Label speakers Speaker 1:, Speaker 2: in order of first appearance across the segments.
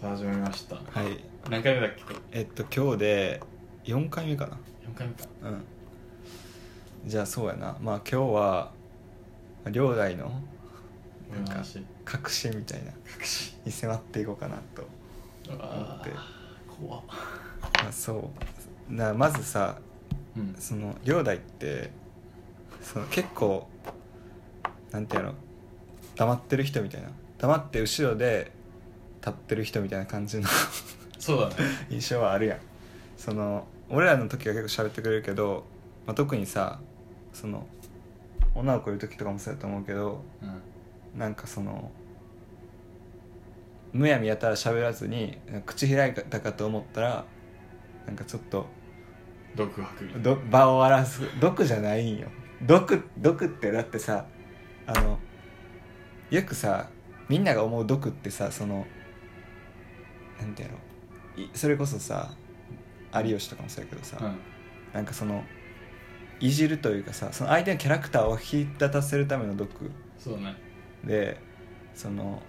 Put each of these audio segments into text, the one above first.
Speaker 1: 始めました
Speaker 2: はい
Speaker 1: 何回目だっけこれ
Speaker 2: えっと今日で4回目か
Speaker 1: 4回目か
Speaker 2: なうんじゃあそうやなまあ今日は両大の
Speaker 1: 俺の話
Speaker 2: 隠しみたいな
Speaker 1: 隠し
Speaker 2: に迫っていこうかなと、
Speaker 1: うわ
Speaker 2: 待って
Speaker 1: ー怖っ
Speaker 2: まあ、そうなまずさ
Speaker 1: うん
Speaker 2: その両大ってその結構なんてやろ黙ってる人みたいな黙って後ろで立ってる人みたいな感じの
Speaker 1: そうだね
Speaker 2: 印象はあるやんその俺らの時は結構喋ってくれるけど、まあ、特にさその女の子いる時とかもそうやと思うけど
Speaker 1: うん
Speaker 2: なんかそのむやみやたら喋らずに口開いたかと思ったらなんかちょっと
Speaker 1: 独白みたいな
Speaker 2: ど場を荒らす毒じゃないんよ毒毒ってだってさあのよくさみんなが思う毒ってさそのなんてやろういそれこそさ有吉とかもそうやけどさ、
Speaker 1: うん
Speaker 2: なんかそのいじるというかさその相手のキャラクターを引き立たせるための毒
Speaker 1: そうだね
Speaker 2: でその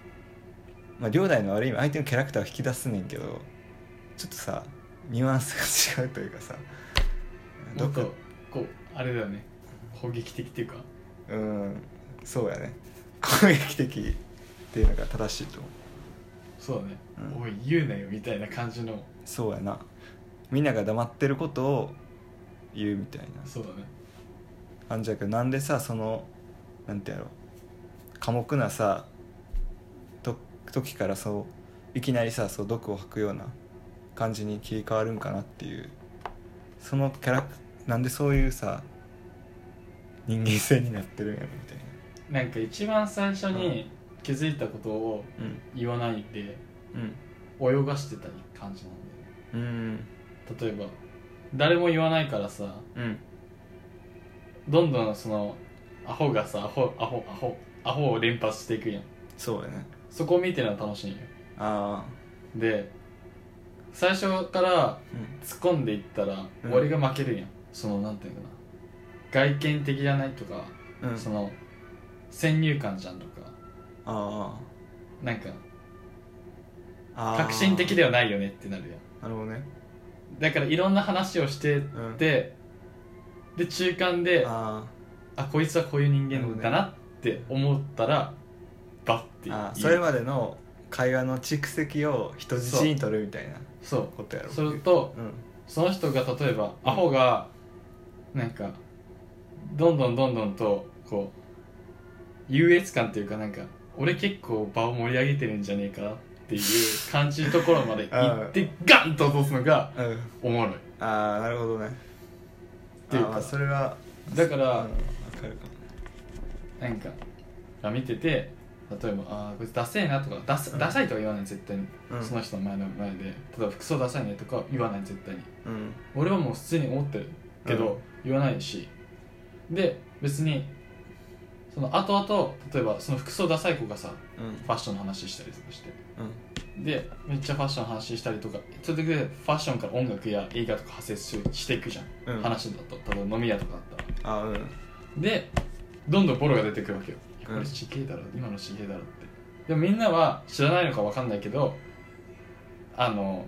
Speaker 2: まあ両代の悪い意味相手のキャラクターを引き出すねんけどちょっとさニュアンスが違うというかさ
Speaker 1: もっ
Speaker 2: 毒
Speaker 1: とこうあれだよね攻撃的っていうか
Speaker 2: うんそうやね攻撃的っていうのが正しいと思う
Speaker 1: そうだね
Speaker 2: うん
Speaker 1: おい言うなよみたいな感じの
Speaker 2: そうやなみんなが黙ってることを言うみたいな
Speaker 1: そうだね
Speaker 2: 感じやけどなんでさそのなんてやろう寡黙なさと時からそういきなりさそう毒を吐くような感じに切り替わるんかなっていうそのキャラクなんでそういうさ人間性になってるんやろみたいな
Speaker 1: なんか一番最初に気づいたことを言わないで泳がしてた感じなんだよね
Speaker 2: うんうん
Speaker 1: 例えば誰も言わないからさ
Speaker 2: うん
Speaker 1: どんどんそのアホがさアホアホアホアホを連発していくやん
Speaker 2: そうやね
Speaker 1: そこを見てるのは楽しいんよ
Speaker 2: ああ
Speaker 1: で最初から
Speaker 2: うん
Speaker 1: 突っ込んでいったら、
Speaker 2: うん
Speaker 1: 俺が負けるやんそのなんていうのかな外見的じゃないとか、
Speaker 2: うん
Speaker 1: その先入観じゃんとか
Speaker 2: あ
Speaker 1: なんか
Speaker 2: あ
Speaker 1: 革新的
Speaker 2: で
Speaker 1: ではないよねってなるや
Speaker 2: なるほどね
Speaker 1: んだからいろんな話をして
Speaker 2: うん
Speaker 1: でで中間であ
Speaker 2: あー
Speaker 1: こいつはこういう人間だなって思ったらバッて言う
Speaker 2: あーそれまでの会話の蓄積を人質に取るみたいな
Speaker 1: そう
Speaker 2: ことやろ
Speaker 1: それと
Speaker 2: うん
Speaker 1: その人が例えばアホがなんかどんどんどんどんとこう優越感っていうかなんか俺結構場を盛り上げてるんじゃねえかなっていう感じのところま で行ってガンと落とすのが
Speaker 2: う
Speaker 1: お
Speaker 2: ん
Speaker 1: もろい
Speaker 2: ああなるほどね
Speaker 1: ていうか
Speaker 2: あーまあそれは
Speaker 1: だから、
Speaker 2: うんわかるかも
Speaker 1: なんかが見てて例えば「ああこいつダセえな」とかダサ,、
Speaker 2: うん
Speaker 1: ダサいとは言わない絶対に、
Speaker 2: うん
Speaker 1: その人の前の前で例えば服装ダサいねとかは言わない絶対に
Speaker 2: うん
Speaker 1: 俺はもう普通に思ってるけど、
Speaker 2: うん
Speaker 1: 言わないしで別にその後々例えばその服装ダサい子がさ
Speaker 2: うん
Speaker 1: ファッションの話したりとかして
Speaker 2: うん
Speaker 1: でめっちゃファッションの話したりとかそれでファッションから音楽や映画とか派生ししていくじゃん、
Speaker 2: うん
Speaker 1: 話だと例えば飲み屋とかだったら
Speaker 2: あーうん
Speaker 1: でどんどんボロが出てくるわけよいや
Speaker 2: うん
Speaker 1: これちげえだろ今のちげえだろってでもみんなは知らないのかわかんないけどあの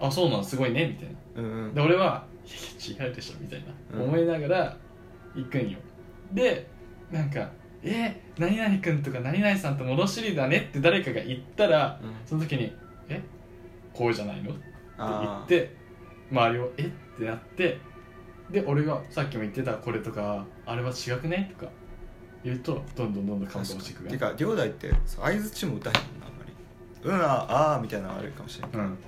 Speaker 1: あそうなんすごいねみたいな
Speaker 2: うんうん
Speaker 1: で俺はいやいや違うでしょみたいな、
Speaker 2: うん
Speaker 1: 思いながら行くんよでなんか「え何々君とか何々さんと物知りだね」って誰かが言ったら
Speaker 2: うん
Speaker 1: その時に「えこうじゃないの?」
Speaker 2: あ
Speaker 1: って言って周りを「えっ?」てなってで俺がさっきも言ってたこれとかあれは違くねとか言うとどんどんどんどん感動していく
Speaker 2: て
Speaker 1: が
Speaker 2: か両代ってそう相づちも歌へんもんなあんまりうんあーあーみたいなのはあるかもしれない
Speaker 1: うん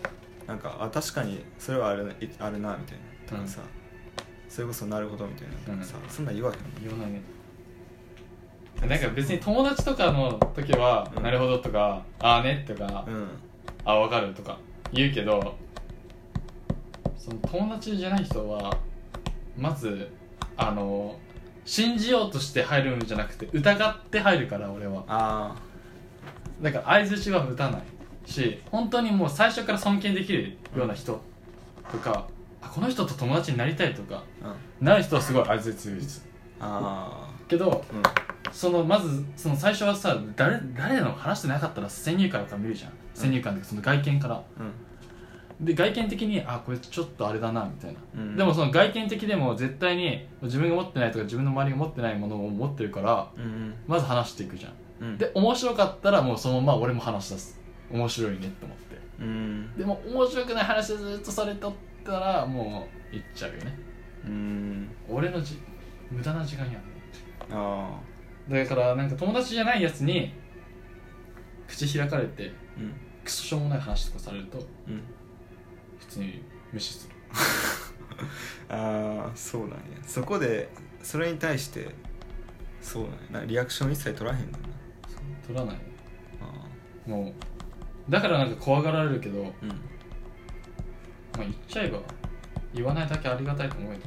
Speaker 2: なんかあ確かにそれはあるないあるなみたいなと
Speaker 1: う
Speaker 2: か
Speaker 1: ん
Speaker 2: さ、それこそなるほどみたい
Speaker 1: う
Speaker 2: な
Speaker 1: ん
Speaker 2: さ、そんなん言わへん
Speaker 1: 言わないねなんか別に友達とかの時は「
Speaker 2: うん
Speaker 1: なるほど」とか「ああね」とか
Speaker 2: うん
Speaker 1: 「ああわかる」とか言うけどその友達じゃない人はまずあの信じようとして入るんじゃなくて疑って入るから俺は
Speaker 2: あ
Speaker 1: だから相づちは打たないし本当にもう最初から尊敬できるような人とか、あこの人と友達になりたいとか
Speaker 2: あうん
Speaker 1: なる人はすごい相づち打つ
Speaker 2: あ
Speaker 1: けど
Speaker 2: あうん
Speaker 1: そのまずその最初はさ誰誰の話してなかったら先入観から見るじゃん先入観でその外見から
Speaker 2: うん
Speaker 1: で外見的にあこれちょっとあれだなみたいな、
Speaker 2: うん
Speaker 1: でもその外見的でも絶対に自分が持ってないとか自分の周りが持ってないものを持ってるから
Speaker 2: うん
Speaker 1: まず話していくじゃん
Speaker 2: うん
Speaker 1: で面白かったらもうそのまま俺も話し出す面白いねって思って
Speaker 2: うん
Speaker 1: でも面白くない話ずっとされとったらもう行っちゃうよね
Speaker 2: うん
Speaker 1: 俺のじ無駄な時間やん
Speaker 2: あ
Speaker 1: だからなんか友達じゃないやつに口開かれて
Speaker 2: あうん
Speaker 1: クソしょうもない話とかされると
Speaker 2: うん
Speaker 1: 普通に無視する
Speaker 2: ああそうなんやそこでそれに対してそうなんやなリアクション一切取らへんのな
Speaker 1: 取らない
Speaker 2: あ
Speaker 1: もうだからなんか怖がられるけど、ま
Speaker 2: ーうん
Speaker 1: あ、言っちゃえば言わないだけありがたいと思うけど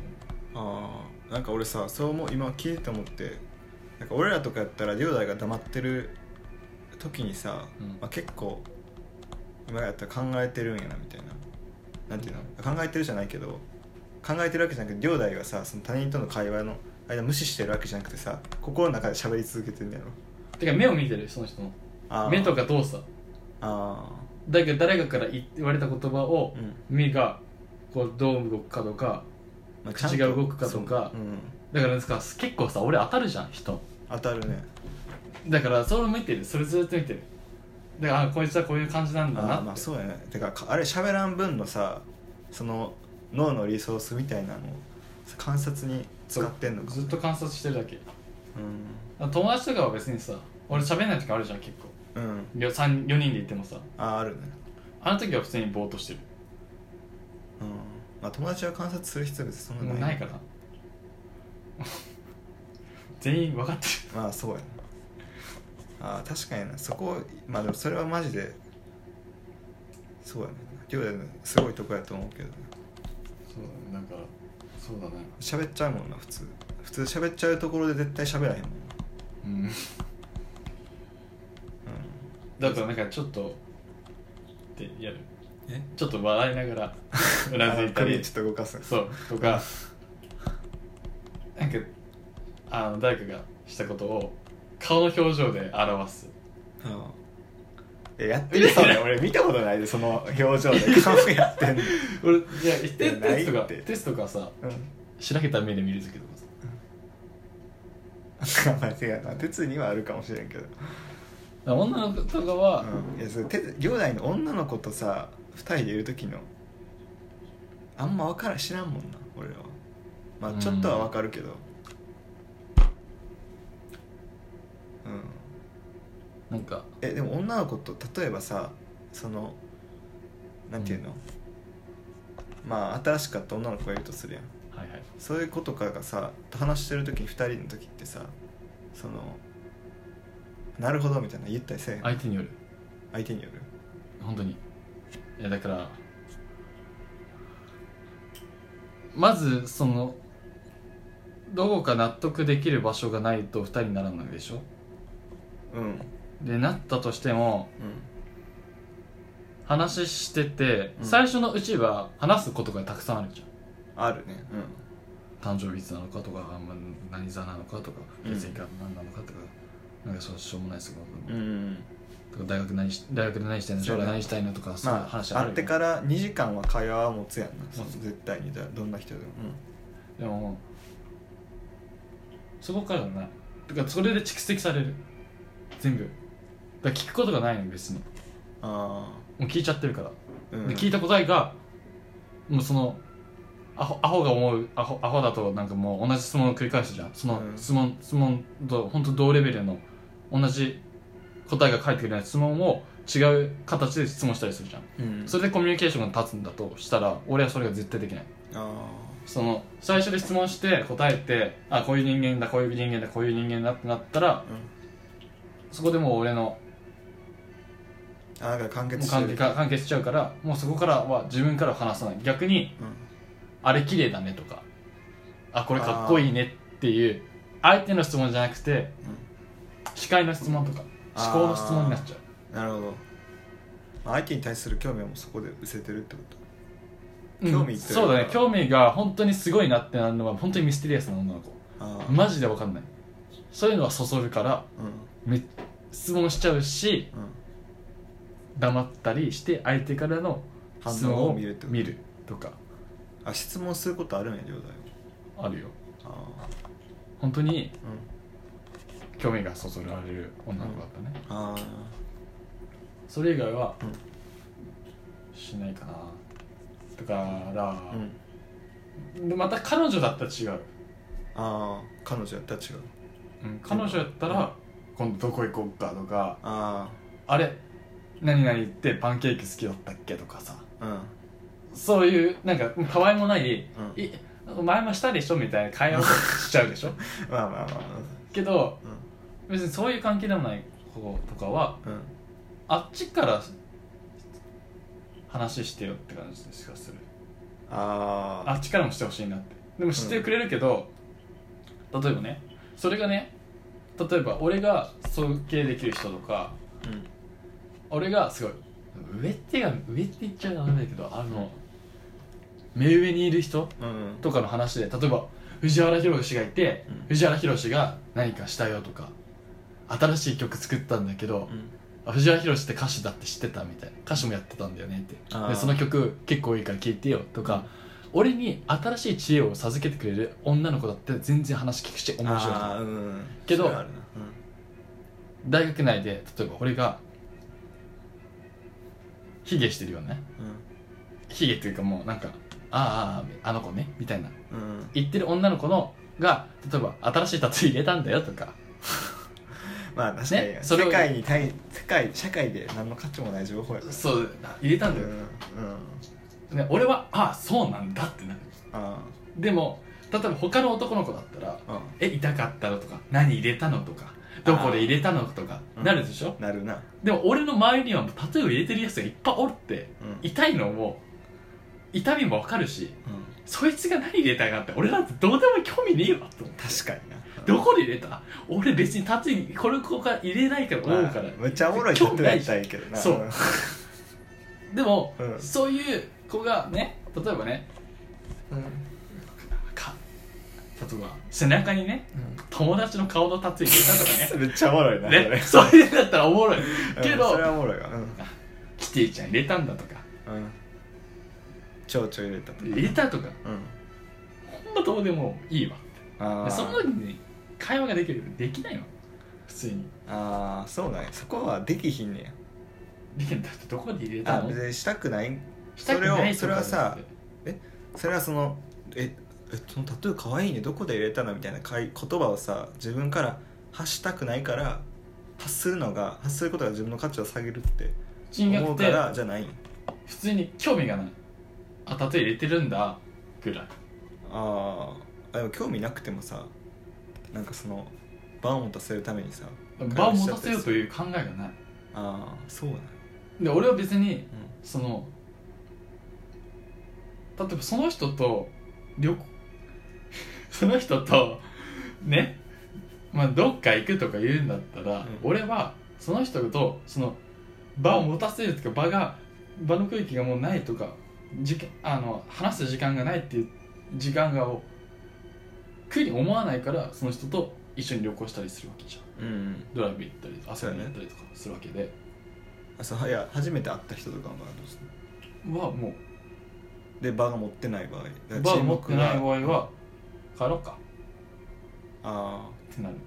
Speaker 2: あーなんか俺さそう思う今聞いて思ってなんか俺らとかやったら両代が黙ってる時にさ、
Speaker 1: うん
Speaker 2: まあ、結構今やったら考えてるんやなみたいななんていうの、考えてるじゃないけど考えてるわけじゃなくて両代がさその他人との会話の間無視してるわけじゃなくてさ心の中で喋り続けてるんだよ
Speaker 1: てか目を見てるその人の
Speaker 2: あー
Speaker 1: 目とか動作
Speaker 2: あ
Speaker 1: だけど誰かから言って言われた言葉を
Speaker 2: ーうん
Speaker 1: 目がこうどう動くかとか
Speaker 2: まあ、
Speaker 1: 口が動くかとか
Speaker 2: そううん、
Speaker 1: だからですか結構さ俺当たるじゃん人
Speaker 2: 当たるね
Speaker 1: だからそれを見てるそれずっと見てるだからあこいつはこういう感じなんだなっ
Speaker 2: ああ
Speaker 1: て、
Speaker 2: まあそうやねてかかあれ喋らん分のさその脳のリソースみたいなのを観察に使ってんのか
Speaker 1: ずっと観察してるだけ
Speaker 2: う
Speaker 1: 友達とかは別にさ俺喋んない時あるじゃん結構
Speaker 2: ん、うん、
Speaker 1: 4人で行ってもさ
Speaker 2: ああるね
Speaker 1: あの時は普通にぼーっとしてる
Speaker 2: うんまあ友達は観察する必要別にそん
Speaker 1: も
Speaker 2: な
Speaker 1: う
Speaker 2: な
Speaker 1: ない いから全員分かって
Speaker 2: まあそうやなああ確かになそこまあでもそれはマジでそうやねりょうだいのすごいとこやと思うけどね
Speaker 1: るそうだねなんかそうだね
Speaker 2: 喋っちゃうもんな普通普通喋っちゃうところで絶対喋らへんもん、
Speaker 1: うんだからなんかちょっとってやる
Speaker 2: うん、え
Speaker 1: ちょっと笑いながらうなずいた
Speaker 2: あ
Speaker 1: り
Speaker 2: 首ちょっと動かす
Speaker 1: そうとかなんかあの誰かがしたことを顔の表情で表す
Speaker 2: えやってるそ れ俺見たことないでその表情 で顔やってんの、
Speaker 1: 俺いやテ
Speaker 2: いやな
Speaker 1: テス
Speaker 2: い
Speaker 1: トが
Speaker 2: って
Speaker 1: テストがさ
Speaker 2: うん、
Speaker 1: 白けた目で見る時とかさ
Speaker 2: まあ違うな鉄にはあるかもしれんけど、
Speaker 1: だから女の子とかは、
Speaker 2: うん、いやそれ鉄両代の女の子とさ二人でいる時のあんま分からん知らんもんな俺らはまあちょっとは分かるけどうん、
Speaker 1: なんか
Speaker 2: えでも女の子と例えばさそのなんていうの、まあ新しかった女の子がいるとするやん
Speaker 1: はいはい
Speaker 2: そういうことからがさ話してる時に2人の時ってさそのなるほどみたいな言ったりせえへん
Speaker 1: 相手による
Speaker 2: 相手による
Speaker 1: 本当にいやだからまずそのどこか納得できる場所がないと二人にならないでしょ
Speaker 2: うんうん
Speaker 1: でなったとしても話してて、
Speaker 2: うん
Speaker 1: 最初のうちは話すことがたくさんあるじゃん
Speaker 2: あるね
Speaker 1: 誕生日いつなのかとかあんま何座なのかとか
Speaker 2: うん
Speaker 1: 血液が何なのかとか、なんかそうしょうもないです
Speaker 2: うん、うん、
Speaker 1: とか大学何し大学で何したいの
Speaker 2: そう
Speaker 1: 将
Speaker 2: だ
Speaker 1: 来何したいのとかそういう
Speaker 2: まあ
Speaker 1: 話ある
Speaker 2: 会
Speaker 1: よ
Speaker 2: っ
Speaker 1: ね
Speaker 2: てから2時間は会話は持つやんな
Speaker 1: 持つ
Speaker 2: 絶対にだどんな人でも、
Speaker 1: でもそこからだなだからそれで蓄積される全部だから聞くことがないの別にも
Speaker 2: あ
Speaker 1: う聞いちゃってるから、
Speaker 2: あうん
Speaker 1: で聞いた答えがもうそのアホアホが思うアホアホだとなんかもう同じ質問を繰り返すじゃんその
Speaker 2: うん
Speaker 1: 質問、質問と本当同レベルの同じ答えが返ってくるような質問を違う形で質問したりするじゃん
Speaker 2: うん
Speaker 1: それでコミュニケーションが立つんだとしたら俺はそれが絶対できない
Speaker 2: あ
Speaker 1: その最初で質問して答えてあこういう人間だこういう人間だこういう人間だってなったら
Speaker 2: あうん
Speaker 1: そこでもう俺の
Speaker 2: あだから完
Speaker 1: もう
Speaker 2: 結して
Speaker 1: 関
Speaker 2: る
Speaker 1: 係か完結しちゃうからもうそこからは自分からは話さない逆に
Speaker 2: うん
Speaker 1: あれ綺麗だねとかあこれかっこいいねっていう相手の質問じゃなくて視界の質問とか
Speaker 2: あー
Speaker 1: 思考の質問になっちゃう
Speaker 2: うん、なるほどまあ相手に対する興味はもうそこで失せてるってこと
Speaker 1: うん
Speaker 2: 興味っていうか
Speaker 1: そうだね興味が本当にすごいなってなるのは本当にミステリアスな女の子
Speaker 2: ああ、
Speaker 1: マジで分かんないそういうのはそそるから
Speaker 2: う
Speaker 1: め質問しちゃうし
Speaker 2: んうん
Speaker 1: 黙ったりして相手からの質
Speaker 2: 反
Speaker 1: 問
Speaker 2: 応
Speaker 1: を
Speaker 2: を
Speaker 1: 見
Speaker 2: 見
Speaker 1: る
Speaker 2: るってこと
Speaker 1: とか
Speaker 2: あ質問することあるんや両大は
Speaker 1: あるよ
Speaker 2: あ
Speaker 1: 本当に
Speaker 2: ーうん
Speaker 1: 興味がそそられる女の子だったね、
Speaker 2: あ
Speaker 1: それ以外は
Speaker 2: うん
Speaker 1: しないかなだから
Speaker 2: ー、うん
Speaker 1: でまた彼女だったら違う、
Speaker 2: ああ彼女やったら違う
Speaker 1: うん、彼女やったら今度どこ行こうかとか
Speaker 2: あ
Speaker 1: あれ何々ってパンケーキ好きだったっけとかさ
Speaker 2: あうん
Speaker 1: そういうなんかたわいもない
Speaker 2: うん
Speaker 1: い前もしたでしょみたいな会話をしちゃうでしょ
Speaker 2: まあまあまあ
Speaker 1: けど
Speaker 2: うん
Speaker 1: 別にそういう関係でもない子とかは
Speaker 2: うんうん
Speaker 1: あっちから話してよって感じでしかする
Speaker 2: あ
Speaker 1: あっちからもしてほしいなってでもしてくれるけど、例えばねそれがね例えば俺が尊敬できる人とか
Speaker 2: あうん
Speaker 1: 俺がすごい上ってが上って言っちゃダメだけどあの目上にいる人
Speaker 2: うん
Speaker 1: とかの話で例えば藤原宏がいて、
Speaker 2: うん
Speaker 1: 藤原宏が何かしたよとか新しい曲作ったんだけど
Speaker 2: う、ん
Speaker 1: あ藤原宏って歌手だって知ってたみたいな歌手もやってたんだよねって
Speaker 2: あ
Speaker 1: で
Speaker 2: ー
Speaker 1: その曲結構いいから聴いてよとか、俺に新しい知恵を授けてくれる女の子だって全然話聞くし面白い
Speaker 2: あーうん
Speaker 1: けど
Speaker 2: それはあるな
Speaker 1: 大学内で例えば俺がヒゲしてるよねヒゲっていうかもうなんかあーあーあの子ねみたいな
Speaker 2: うんうんうん
Speaker 1: 言ってる女の子のが例えば新しいタトゥー入れたんだよとか
Speaker 2: まあ確かに
Speaker 1: ねそれを
Speaker 2: 世界に対世界社会で何の価値もない情報やから
Speaker 1: そう入れたん
Speaker 2: う
Speaker 1: だ
Speaker 2: んう
Speaker 1: よ、
Speaker 2: ん
Speaker 1: ね、俺はああそうなんだってなる
Speaker 2: あ
Speaker 1: でも例えば他の男の子だったら
Speaker 2: ー
Speaker 1: 「え痛かったの?」とか「何入れたの?」とか「どこで入れたの?」とか
Speaker 2: うん
Speaker 1: なるでしょ
Speaker 2: うんなるな
Speaker 1: でも俺の周りにはもうタトゥーを入れてるやつがいっぱいおるって
Speaker 2: うん
Speaker 1: 痛いのも痛みもわかるし
Speaker 2: うん
Speaker 1: そいつが何入れたかって俺なんてどうでも興味ねえわと思って
Speaker 2: 確かにな
Speaker 1: どこで入れた俺別にタトゥーこれここから入れないから思うから
Speaker 2: まあめっちゃおもろいタトゥーやったらいいけどな
Speaker 1: 興味ないでも、
Speaker 2: うん
Speaker 1: そういう子がね例えばね
Speaker 2: うんうん
Speaker 1: か例えば背中にね友達の顔のタトゥー入れたとかね
Speaker 2: めっちゃお もろいな
Speaker 1: ね、それだったらおもろい
Speaker 2: それ
Speaker 1: け
Speaker 2: うん
Speaker 1: ど、
Speaker 2: それはおもろいわうん
Speaker 1: キティちゃん入れたんだとか
Speaker 2: うん蝶々入れたと
Speaker 1: 入れたとか
Speaker 2: うん
Speaker 1: ほんまどうでもいいわ
Speaker 2: あ
Speaker 1: で
Speaker 2: あ
Speaker 1: その時に会話ができるけどできないわ普通に
Speaker 2: ああそうなんやそこはできひんね
Speaker 1: できんだってどこで入れ
Speaker 2: や
Speaker 1: た
Speaker 2: あ
Speaker 1: の
Speaker 2: 別にしたくない
Speaker 1: したくないとか
Speaker 2: それをそれはさ
Speaker 1: じゃなくて
Speaker 2: それはそのええそのタトゥーかわいいねどこで入れたのみたいなかい言葉をさ自分から発したくないから発するのが発することが自分の価値を下げるって
Speaker 1: 人
Speaker 2: 思
Speaker 1: 脈
Speaker 2: う
Speaker 1: っ
Speaker 2: か
Speaker 1: て
Speaker 2: らじゃないん
Speaker 1: 普通に興味がないあタトゥー入れてるんだぐらい
Speaker 2: あーあでも興味なくてもさなんかその場を持たせるためにさ
Speaker 1: 場を持たせようという考えがない
Speaker 2: ああそうなんや
Speaker 1: で俺は別にその例えばその人と旅行 その人とね、まあ、どっか行くとか言うんだったら、
Speaker 2: ん
Speaker 1: 俺はその人とその場を持たせるとか場が場の空気がもうないとか時間あの話す時間がないっていう時間がを苦に思わないからその人と一緒に旅行したりするわけじゃん
Speaker 2: うん、うん、
Speaker 1: ドライブ行ったり遊びに行ったりとかするわけで、
Speaker 2: あそういや初めて会った人とかはどうする
Speaker 1: はもう
Speaker 2: で場が持ってない場合だから
Speaker 1: バー持ってない
Speaker 2: 沈黙が
Speaker 1: 場合は帰ろうか
Speaker 2: あー
Speaker 1: ってなるか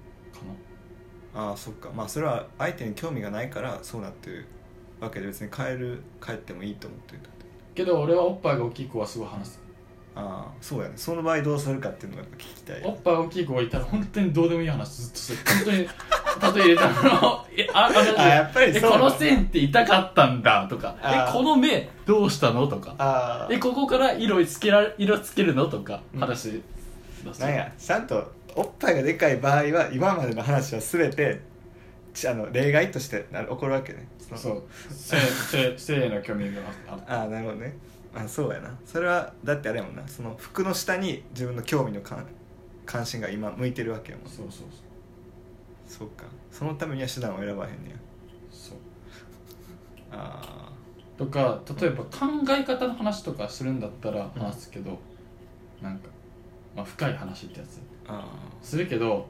Speaker 2: あーそっかまあそれは相手に興味がないからそうなってるわけで別に帰る帰ってもいいと思ってるってこと
Speaker 1: なけど俺はおっぱいが大きい子はすごい話す
Speaker 2: ああそうやねその場合どうするかっていうのがやっぱ聞きたい
Speaker 1: おっぱい大きい子がいたら本当にどうでもいい話ずっとする本当にたとえ入れたのえあ
Speaker 2: あやっぱり
Speaker 1: え
Speaker 2: そう
Speaker 1: こ
Speaker 2: な
Speaker 1: の
Speaker 2: の
Speaker 1: 線って痛かったんだとか
Speaker 2: あ
Speaker 1: えこの目どうしたのとか
Speaker 2: あ
Speaker 1: えここから色つけられ色つけるのとか
Speaker 2: うん
Speaker 1: 話し出
Speaker 2: あ
Speaker 1: す
Speaker 2: なんやちゃんとおっぱいがでかい場合は今までの話は全てちあの例外としてなる起こるわけねの
Speaker 1: そう性性性への興味がある
Speaker 2: ああなるほどねあそうやなそれはだってあれやもんなその服の下に自分の興味の関関心が今向いてるわけやもん
Speaker 1: そうそうそう
Speaker 2: そうかそのためには手段を選ばへんねや
Speaker 1: そう
Speaker 2: あ
Speaker 1: とか例えば考え方の話とかするんだったら話すけど、なんか、まあ、深い話ってやつ
Speaker 2: ーあ
Speaker 1: するけど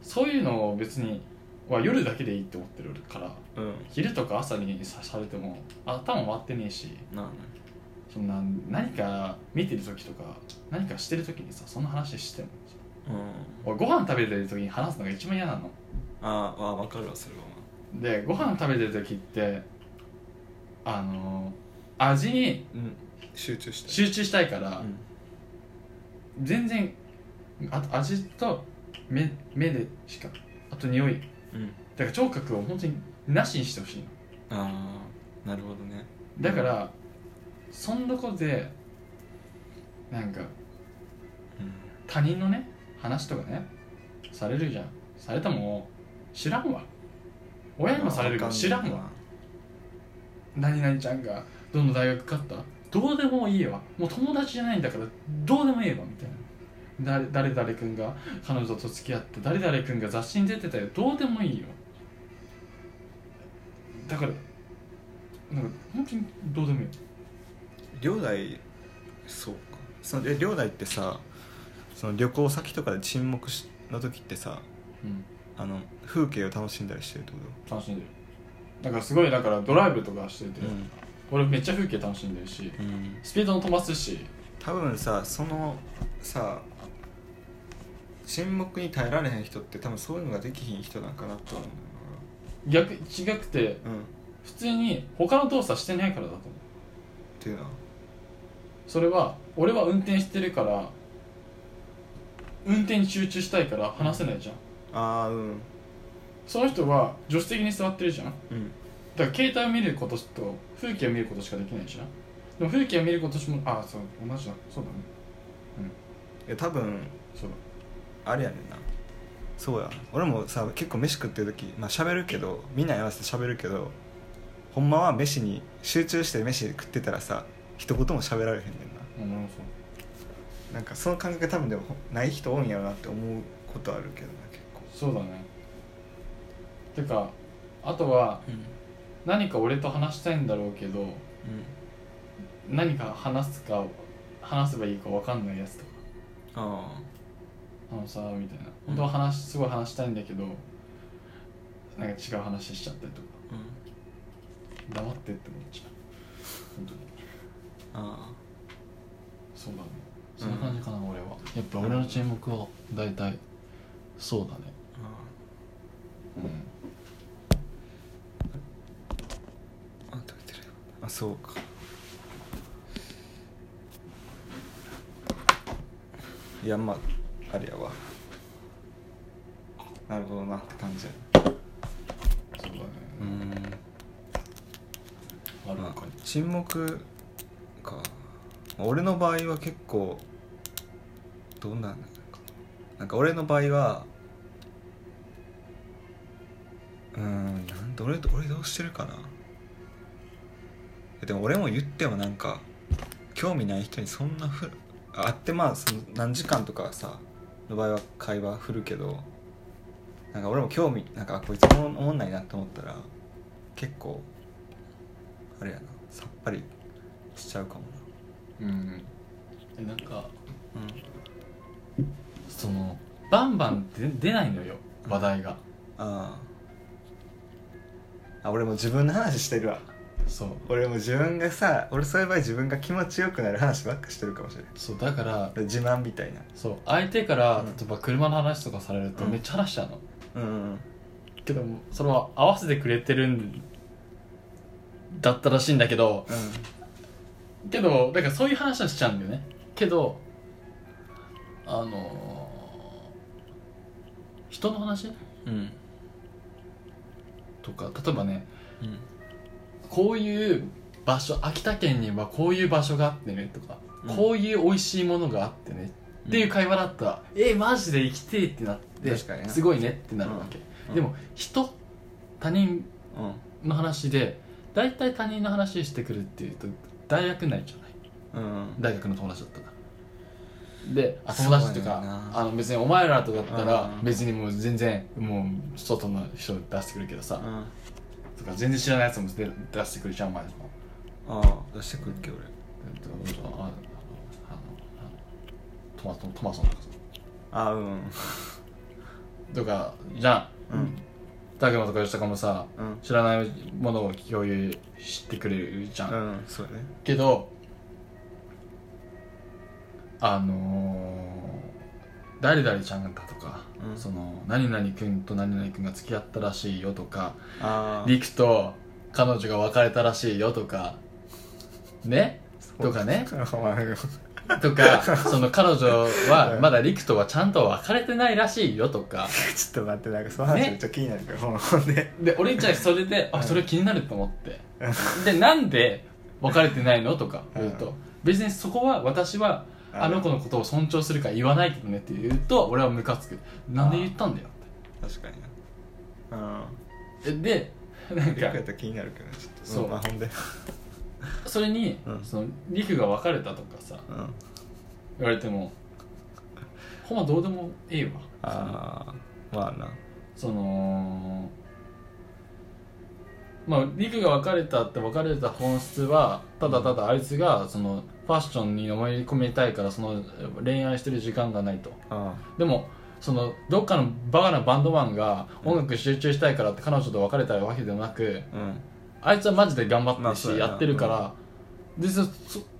Speaker 1: そういうのを別には夜だけでいいって思ってるから
Speaker 2: うん
Speaker 1: 昼とか朝にさされても頭回ってねえし
Speaker 2: なあ
Speaker 1: そんな何か見てる時とか何かしてる時にさそんな話してもさ
Speaker 2: なうん
Speaker 1: 俺ご飯食べてる時に話すのが一番嫌なの
Speaker 2: ああ分かるわそれは
Speaker 1: でご飯食べてる時ってあの味に
Speaker 2: うん集中して
Speaker 1: 集中したいから、
Speaker 2: うん
Speaker 1: 全然あ味と目目でしかあと匂い
Speaker 2: うん
Speaker 1: だから聴覚を本当になしにしてほしいの
Speaker 2: ああなるほどね
Speaker 1: だから、そんどこでなんか
Speaker 2: うん
Speaker 1: 他人のね話とかねされるじゃんされたもん知らんわ親にもされるけど知らんわ何々ちゃんがどの大学かったどうでもいいわもう友達じゃないんだからどうでもいいわみたいなだ誰々君が彼女と付き合って誰々君が雑誌に出てたよどうでもいいよだからなんか本当にどうでもいい
Speaker 2: 両大そうかそのえ両大ってさその旅行先とかで沈黙しの時ってさ
Speaker 1: うん
Speaker 2: あの風景を楽しんだりしてるってこ
Speaker 1: 楽しんでるだからすごいだからドライブとかしてて、
Speaker 2: と
Speaker 1: 俺めっちゃ風景楽しんでるし
Speaker 2: うん、うん、
Speaker 1: スピードも飛ばすし
Speaker 2: 多分さそのさ沈黙に耐えられへん人って多分そういうのができひん人なんかなと思うん
Speaker 1: 逆違くて
Speaker 2: だよなうんっ
Speaker 1: 普通に他の動作してないからだと思う
Speaker 2: ていうのは
Speaker 1: それは俺は運転してるから運転に集中したいから話せないじゃん
Speaker 2: ああうん
Speaker 1: その人は助手席に座ってるじゃんだ
Speaker 2: うん
Speaker 1: から携帯を見ることと風景を見ることしかできないじゃんでも風景を見ることしもああそう同じだそうだね
Speaker 2: いや多分
Speaker 1: そうだ
Speaker 2: あれやねんなそうや俺もさ結構飯食ってる時まあ喋るけどみんなに合わせて喋るけどほんまは飯に集中して飯食ってたらさ一言も喋られへんねんな
Speaker 1: うん俺もそう
Speaker 2: なんかその感覚多分でもない人多いんやろなって思うことあるけどな結構
Speaker 1: そうだねてかあとは
Speaker 2: うん
Speaker 1: 何か俺と話したいんだろうけど何か話すか話せばいいか分かんないやつとか
Speaker 2: あ
Speaker 1: あのさみたいな本当は話すごい話したいんだけどなんか違う話しちゃったりとか
Speaker 2: あうん
Speaker 1: 黙ってって思っちゃう本当に
Speaker 2: あ
Speaker 1: そうだね
Speaker 2: うん
Speaker 1: そんな感じかな、俺はやっぱ俺の注目は大体そうだね
Speaker 2: あ
Speaker 1: うん
Speaker 2: あ食べてるあそうかいやまああれやわなるほどなって感じや
Speaker 1: そうだね
Speaker 2: うん
Speaker 1: ある
Speaker 2: まあ
Speaker 1: のかに
Speaker 2: 沈黙か俺の場合は結構どんなんなんかななんか俺の場合はうーんなんどれ俺どうしてるかなえでも俺も言ってもなんか興味ない人にそんなふあ会ってまあその何時間とかさの場合は会話振るけどなんか俺も興味なんかあこいつおもんおもんないなと思ったら結構あれやなさっぱりしちゃうかも
Speaker 1: うんえなんか
Speaker 2: な
Speaker 1: そのバンバン出出ないのよ話題が
Speaker 2: あああ俺も自分の話してるわ
Speaker 1: そう
Speaker 2: 俺も自分がさ俺そういう場合自分が気持ちよくなる話ばっかしてるかもしれない
Speaker 1: そうだから
Speaker 2: 自慢みたいな
Speaker 1: そう相手から
Speaker 2: うん
Speaker 1: 例えば車の話とかされると
Speaker 2: うん
Speaker 1: めっちゃ話しちゃうの、
Speaker 2: うんうん
Speaker 1: けどもそれは合わせてくれてるんだったらしいんだけどけどだからそういう話はしちゃうんだよねけどあのー人の話
Speaker 2: うん
Speaker 1: とか例えばね
Speaker 2: うん
Speaker 1: こういう場所秋田県にはこういう場所があってねとか、
Speaker 2: うん
Speaker 1: こういう美味しいものがあってねっていう会話だったら、えマジで生きてえってなって
Speaker 2: 確かにな
Speaker 1: すごいねってなるわけ、
Speaker 2: うん
Speaker 1: でも人他人
Speaker 2: うん
Speaker 1: の話で大体他人の話してくるっていうと大学内じゃない
Speaker 2: うん
Speaker 1: 大学の友達だったらであ
Speaker 2: そう
Speaker 1: 友
Speaker 2: だよ
Speaker 1: 達とか、
Speaker 2: な
Speaker 1: あの別にお前らとかだったら
Speaker 2: うん
Speaker 1: 別にもう全然もう外の人出してくるけどさ、
Speaker 2: あ
Speaker 1: とか全然知らないやつも出出してくるじゃんお前らも
Speaker 2: あ出してくるっけ俺
Speaker 1: えっとあのあのあのトマトトマソンとかさ
Speaker 2: ああうん
Speaker 1: とかじゃん
Speaker 2: うん
Speaker 1: 拓磨とか吉高もさ
Speaker 2: うん
Speaker 1: 知らないものを共有してくれるじゃん、
Speaker 2: うんそうだね
Speaker 1: けどあのー、誰々ちゃんがとか、
Speaker 2: うん
Speaker 1: その何々君と何々君が付き合ったらしいよとか
Speaker 2: ああ
Speaker 1: 陸と彼女が別れたらしいよとかねとかねと かその彼女はまだ陸とはちゃんと別れてないらしいよとか
Speaker 2: ちょっと待ってなんかその話めっちゃ気になるから、ほんで
Speaker 1: で俺じゃあそれであそれ気になると思ってでなんで別れてないのとか言うと別にそこは私はあの子のことを尊重するから言わないけどねって言うと俺はムカつくなんで言ったんだよ
Speaker 2: 確かにな
Speaker 1: ってえでな
Speaker 2: うんんリクや
Speaker 1: か
Speaker 2: ったら気になるけどねちょっと
Speaker 1: そうん
Speaker 2: まあほんで
Speaker 1: それに
Speaker 2: うん
Speaker 1: そのリクが別れたとかさ
Speaker 2: うん
Speaker 1: 言われてもほんまどうでもええわ
Speaker 2: ああまあな
Speaker 1: そのまあリクが別れたって別れた本質はただただあいつがそのファッションに思い込みたいからその恋愛してる時間がないと
Speaker 2: あ
Speaker 1: でもそのどっかのバカなバンドマンが音楽集中したいからって彼女と別れたわけでもなく
Speaker 2: あうん
Speaker 1: あいつはマジで頑張って
Speaker 2: ま
Speaker 1: る
Speaker 2: あ
Speaker 1: し、
Speaker 2: そうやな
Speaker 1: やってるから、でそそ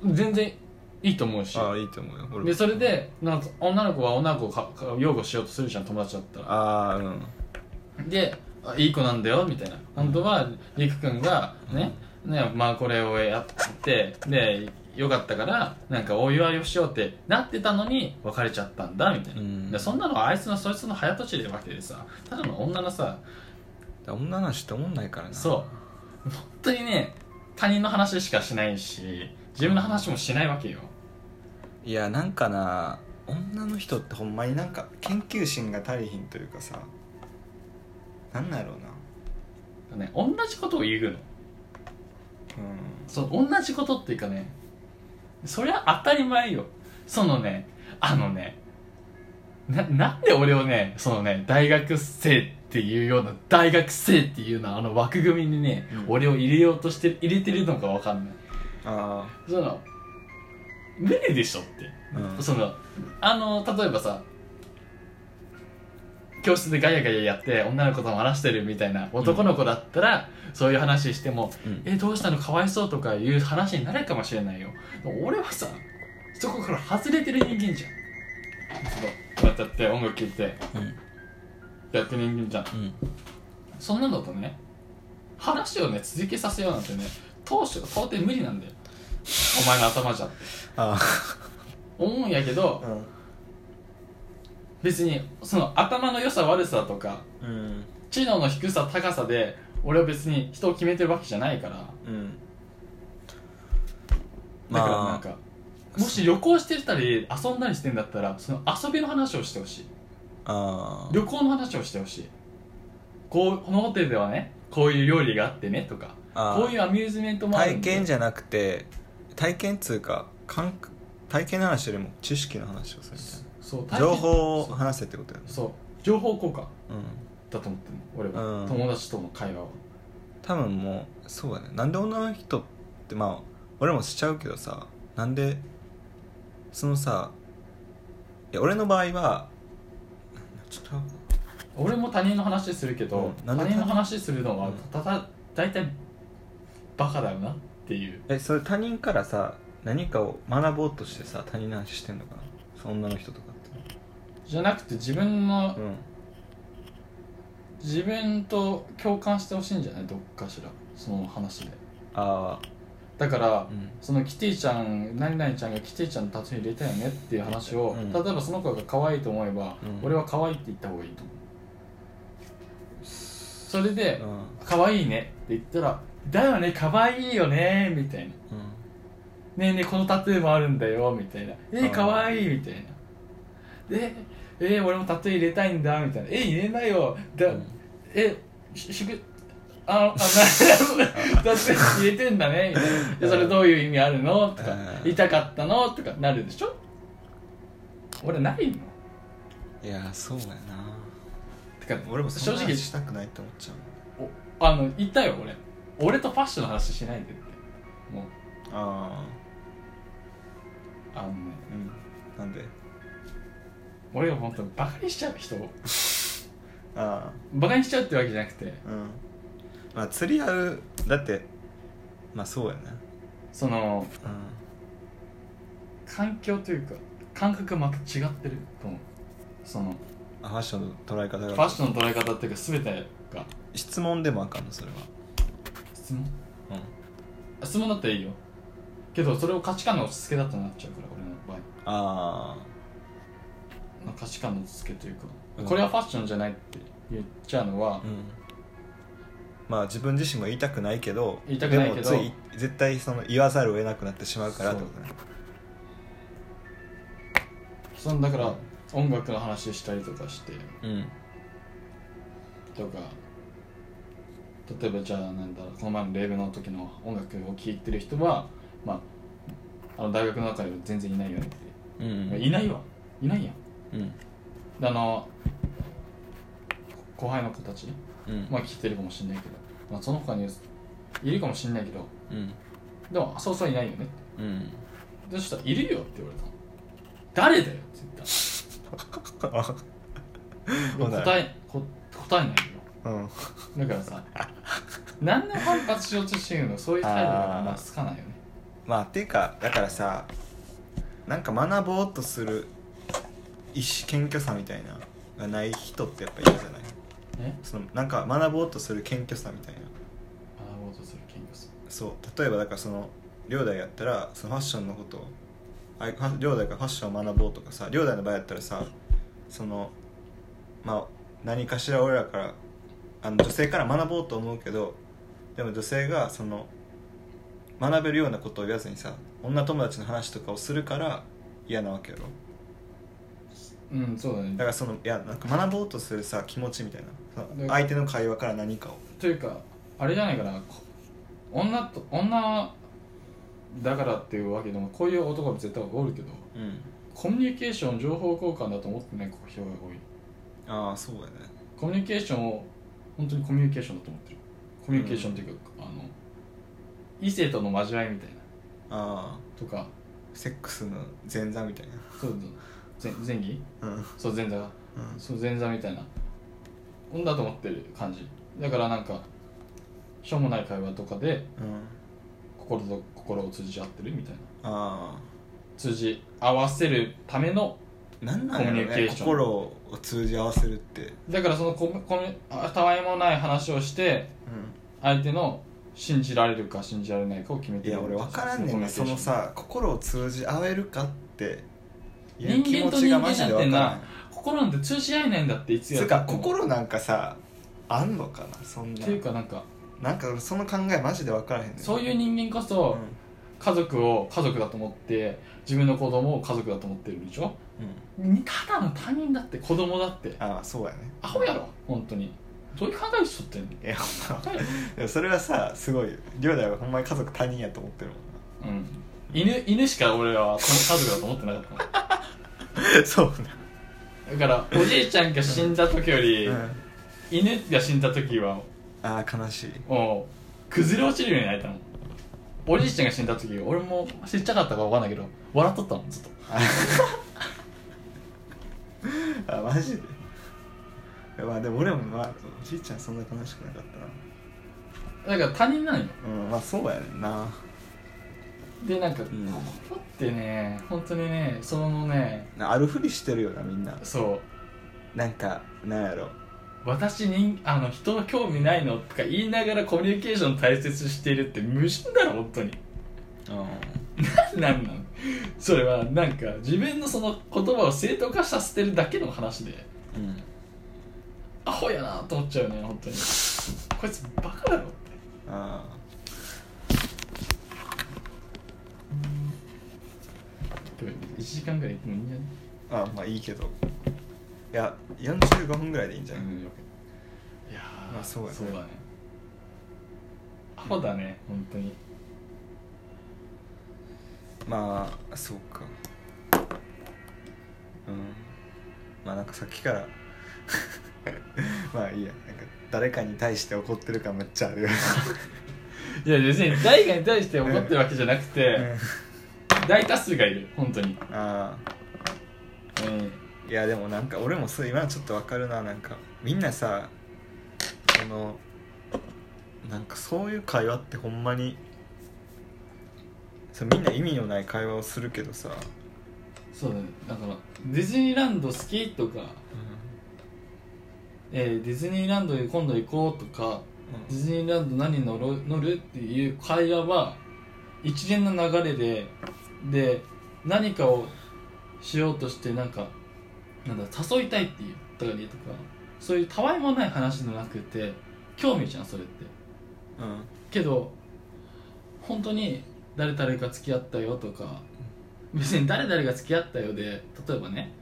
Speaker 1: 全然いいと思うし
Speaker 2: ああいいと思うよ俺も
Speaker 1: でそれでなんか女の子は女の子をかか擁護しようとするじゃん友達だったら
Speaker 2: ああうん
Speaker 1: であいい子なんだよみたいな本当はりくくんがね,、ねまあこれをやってでよかったからなんかお祝いをしようってなってたのに別れちゃったんだみたいな、
Speaker 2: うん
Speaker 1: でそんなのはあいつのそいつの早とちりなわけでさただの女のさ
Speaker 2: 女の人もんないからな
Speaker 1: そう本当にね他人の話しかしないし自分の話もしないわけよ
Speaker 2: いやなんかな女の人ってほんまになんか研究心が足りひんというかさなんなんやろうな
Speaker 1: ね同じことを言うの
Speaker 2: うん
Speaker 1: そう同じことっていうかねそりゃ当たり前よそのねあのねななんで俺をねそのね大学生っていうような大学生っていうようなあの枠組みにね、
Speaker 2: うん
Speaker 1: 俺を入れようとして入れてるのかわかんない
Speaker 2: あ
Speaker 1: その無理でしょって
Speaker 2: あうん
Speaker 1: そのあの例えばさ教室でガヤガヤやって女の子と話してるみたいな男の子だったら、そういう話しても
Speaker 2: うん
Speaker 1: えどうしたのかわいそうとかいう話になるかもしれないよ俺はさそこから外れてる人間じゃんそのこうやってやって音楽聴いて
Speaker 2: うん
Speaker 1: やってる人間じゃん
Speaker 2: うん
Speaker 1: そんなのとね話をね続けさせようなんてね当初到底無理なんだよお前の頭じゃって
Speaker 2: あ
Speaker 1: 思うんやけ
Speaker 2: あ
Speaker 1: ど
Speaker 2: うん
Speaker 1: 別にその頭の良さ悪さとか
Speaker 2: うん
Speaker 1: 知能の低さ高さで俺は別に人を決めてるわけじゃないから
Speaker 2: うん
Speaker 1: だから
Speaker 2: まあ
Speaker 1: なんか、もし旅行してたり遊んだりしてんだったらその遊びの話をしてほしい
Speaker 2: ああ
Speaker 1: 旅行の話をしてほしいこうこのホテルではねこういう料理があってねとか
Speaker 2: ああ
Speaker 1: こういうアミューズメントもある
Speaker 2: 体
Speaker 1: んで
Speaker 2: 験じゃなくて体験っつうか感覚体験の話よりも知識の話をするみたい
Speaker 1: そう
Speaker 2: な
Speaker 1: 体験
Speaker 2: 情報を話せってことやね
Speaker 1: そう情報交換
Speaker 2: うん
Speaker 1: だと思ってる俺は、
Speaker 2: うん
Speaker 1: 友達との会話を
Speaker 2: 多分もうそうだねなんで女の人ってまあ俺もしちゃうけどさなんでそのさいや俺の場合はちょっと
Speaker 1: 俺も他人の話するけど、
Speaker 2: うんなんで
Speaker 1: 他人の話するのは
Speaker 2: うん
Speaker 1: ただ大体バカだよなっていう
Speaker 2: えそれ他人からさ何かを学ぼうとしてさ他人の話してんのかなその女の人とかっ
Speaker 1: じゃなくて自分の
Speaker 2: てうん
Speaker 1: 自分と共感してほしいんじゃないどっかしらその話で
Speaker 2: ああ
Speaker 1: だから
Speaker 2: うん
Speaker 1: そのキティちゃん何々ちゃんがキティちゃんのタトゥー入れたよねっていう話を、
Speaker 2: うん
Speaker 1: 例えばその子が可愛いと思えば、
Speaker 2: うん
Speaker 1: 俺は可愛いって言った方がいいと思うそれで、
Speaker 2: うんうん
Speaker 1: 可愛いねって言ったらだよね可愛いよねみたいなねえねえこのタトゥーもあるんだよみたいなえ
Speaker 2: あ
Speaker 1: ー、
Speaker 2: ー
Speaker 1: かわいいみたいなでえー、俺もタトゥー入れたいんだみたいなえー、入れなよだ、
Speaker 2: うん
Speaker 1: えししぐあのあな タトゥー入れてんだねみたいなでそれどういう意味あるのとか
Speaker 2: うん
Speaker 1: 痛かったのとかなるでしょ俺ないの
Speaker 2: いやそうやな
Speaker 1: てか
Speaker 2: 俺もそ
Speaker 1: 正
Speaker 2: んな
Speaker 1: 直
Speaker 2: 話したくないって思っちゃう
Speaker 1: おあの言ったよ俺俺とファッションの話しないでってもう
Speaker 2: あ
Speaker 1: あのね
Speaker 2: あうんなんで
Speaker 1: 俺が本当にバカにしちゃう人を
Speaker 2: あ
Speaker 1: バカにしちゃうってわけじゃなくて
Speaker 2: あうんまあ釣り合うだってまあそうやな
Speaker 1: その
Speaker 2: うん
Speaker 1: 環境というか感覚がまた違ってると思うその
Speaker 2: あファッションの捉え方
Speaker 1: フ
Speaker 2: が
Speaker 1: ァッションの捉え方っていうか全てが
Speaker 2: 質問でもあかんのそれは
Speaker 1: 質問
Speaker 2: うん
Speaker 1: あ質問だったらいいよけどそれを価値観の押し付けだとなっちゃうから俺の場合
Speaker 2: あ
Speaker 1: まあ価値観の押し付けというか、
Speaker 2: うん
Speaker 1: これはファッションじゃないって言っちゃうのは、
Speaker 2: あうんまあ自分自身も言いたくないけど
Speaker 1: 言いたくないけど
Speaker 2: でもつい絶対その言わざるを得なくなってしまうからってことね
Speaker 1: そのだから音楽の話したりとかして
Speaker 2: うん
Speaker 1: とか例えばじゃあなんだろうこの前のレーブの時の音楽を聴いてる人はまああの大学の中では全然いないよねって、
Speaker 2: うん
Speaker 1: まあいないわいないやん
Speaker 2: うん
Speaker 1: であの後輩の子たち
Speaker 2: うん
Speaker 1: まあ聞いてるかもしれないけど、まあ、その他にいるかもしれないけど
Speaker 2: うん
Speaker 1: でもそうそういないよね
Speaker 2: うん
Speaker 1: でそしたら「いるよ」って言われたの誰だよって言
Speaker 2: ほ
Speaker 1: った
Speaker 2: な
Speaker 1: 答えこ答えないよ
Speaker 2: うん
Speaker 1: だからさ何の反発しようとしてるのそういう態度がまあつかないよね
Speaker 2: まあっていうかだからさなんか学ぼうとする意思謙虚さみたいなのがない人ってやっぱいるじゃない
Speaker 1: え
Speaker 2: そのなんか学ぼうとする謙虚さみたいな
Speaker 1: 学ぼうとする謙虚さ
Speaker 2: そう例えばだからその両大やったらそのファッションのことをあいファ両大がファッションを学ぼうとかさ両大の場合やったらさそのまあ何かしら俺らからあの女性から学ぼうと思うけどでも女性がその学べるようなことを言わずにさ女友達の話とかをするから嫌なわけやろ
Speaker 1: うんそうだ
Speaker 2: だか
Speaker 1: ね
Speaker 2: らそのいやなんか学ぼうとするさ気持ちみたいなその相手の会話から何かを
Speaker 1: というかあれじゃないかなこ女と女だからっていうわけでもこういう男も絶対おるけど
Speaker 2: うん
Speaker 1: コミュニケーション情報交換だと思ってない子人が多い
Speaker 2: ああそうやね
Speaker 1: コミュニケーションを本当にコミュニケーションだと思ってるコミュニケーションっていうか、あの異性との交わりみたいな
Speaker 2: ああ
Speaker 1: とか
Speaker 2: セックスの前座みたいな
Speaker 1: そう前前儀
Speaker 2: うんうん
Speaker 1: そう前座がそう前座みたいなもんだと思ってる感じだからなんかしょうもない会話とかで
Speaker 2: うん
Speaker 1: 心と心を通じ合ってるみたいな
Speaker 2: あ
Speaker 1: 通じ合わせるための
Speaker 2: あなんなんやろ
Speaker 1: コミュニケ
Speaker 2: ね
Speaker 1: ーション
Speaker 2: 心を通じ合わせるって
Speaker 1: だからそのコミコミあたわいもない話をして相手の信じられるか信じられないかを決め
Speaker 2: い
Speaker 1: て
Speaker 2: や俺分からんねんな
Speaker 1: コ
Speaker 2: そ
Speaker 1: ミュ
Speaker 2: の
Speaker 1: ニケーション
Speaker 2: さ心を通じ合えるかっていう気
Speaker 1: 人
Speaker 2: 持
Speaker 1: 間と
Speaker 2: ち
Speaker 1: 人
Speaker 2: が
Speaker 1: 間
Speaker 2: マジで
Speaker 1: なんて
Speaker 2: 分からん
Speaker 1: な心なんて通じ合えないんだっていつ
Speaker 2: つ
Speaker 1: や
Speaker 2: う
Speaker 1: った
Speaker 2: か
Speaker 1: っても
Speaker 2: 心なんかさあんのかなそん
Speaker 1: っ
Speaker 2: な
Speaker 1: ていうかなんか
Speaker 2: なんか俺その考えマジで分からへんねん
Speaker 1: そういう人間こ
Speaker 2: うん
Speaker 1: そ家族を家族だと思って自分の子供を家族だと思ってるでしょ
Speaker 2: うん
Speaker 1: ただの他人だって子供だって
Speaker 2: ああそうやね
Speaker 1: アホやろ本当にどういう考えしとってんの
Speaker 2: いやほんまでもそれはさすごい亮太はほんまに家族他人やと思ってるもんな
Speaker 1: うん犬犬しか俺らはこの家族だと思ってなかったの
Speaker 2: そう
Speaker 1: だからおじいちゃんが死んだ時より、
Speaker 2: ね、うん、
Speaker 1: 犬が死んだ時は
Speaker 2: ああ悲しい
Speaker 1: もう崩れ落ちるようになれたもんおじいちゃんが死んだ時俺もちっちゃかったか分かんないけど笑っとったもんずっと
Speaker 2: あマジでいやまあでも俺もまあおじいちゃんそんな悲しくなかった
Speaker 1: だから他人なんよ
Speaker 2: なうんまあそうやねんな
Speaker 1: でなんか、
Speaker 2: ん
Speaker 1: 心ってね本当にねそのね
Speaker 2: なあるふりしてるよなみんな
Speaker 1: そう
Speaker 2: なんかなんやろ
Speaker 1: 私にあの人の興味ないのとか言いながらコミュニケーション大切しているって無心だろ本当に
Speaker 2: う
Speaker 1: なんなんそれはなんか自分のその言葉を正当化させてるだけの話で
Speaker 2: ん、
Speaker 1: アホやなと思っちゃうね本当にこいつバカだろって
Speaker 2: あ
Speaker 1: でも1時間ぐらい行ってもいいんじゃない
Speaker 2: ーあまあいいけどいや45分ぐらいでいいんじゃない、
Speaker 1: うん、いやー
Speaker 2: まあそうやね
Speaker 1: そうだねアホだね本当に
Speaker 2: まあそうかうんまあなんかさっきから まあいいやなんか誰かに対して怒ってる感めっちゃあるよ、
Speaker 1: いや別に誰かに対して怒ってるわけじゃなくて、大多数がいる本当に
Speaker 2: うん、ああ
Speaker 1: うん
Speaker 2: いいやでもなんか俺もそう今ちょっとわかるななんかみんなさそのなんかそういう会話ってほんまにそうみんな意味のない会話をするけどさ、
Speaker 1: そうだねだからディズニーランド好きとか、えーディズニーランドに今度行こうとかディズニーランド何乗る乗るっていう会話は一連の流れでで何かをしようとしてなんかなんだ誘いたいって言ったりとかそういうたわいもない話じゃなくて興味じゃんそれって
Speaker 2: うんうん
Speaker 1: けど本当に誰々が付き合ったよとか別に誰々が付き合ったよで例えばね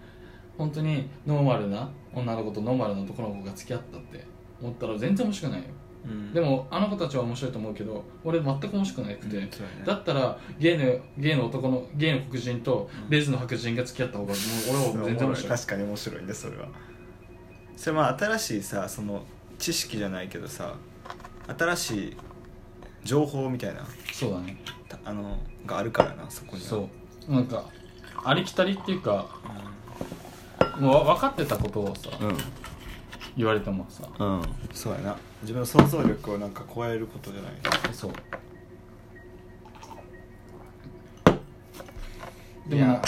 Speaker 1: 本当にノーマルな女の子とノーマルな男の子が付き合ったって思ったら全然面白くないよ
Speaker 2: うん
Speaker 1: でもあの子たちは面白いと思うけど俺全く面白くなくて、
Speaker 2: うんそうやね
Speaker 1: だったらゲイのゲイの男のゲイの黒人とレズの白人が付き合った方がもう俺は全然面白い
Speaker 2: 確かに面白いねそれはそれまあ新しいさその知識じゃないけどさ新しい情報みたいな
Speaker 1: そうだね
Speaker 2: たあのがあるからなそこには
Speaker 1: そうなんかありきたりっていうかもう分かってたことをさ、
Speaker 2: う
Speaker 1: 言われてもさ
Speaker 2: んうんそうやな自分の想像力をなんか超えることじゃない
Speaker 1: そう
Speaker 2: い
Speaker 1: でも
Speaker 2: や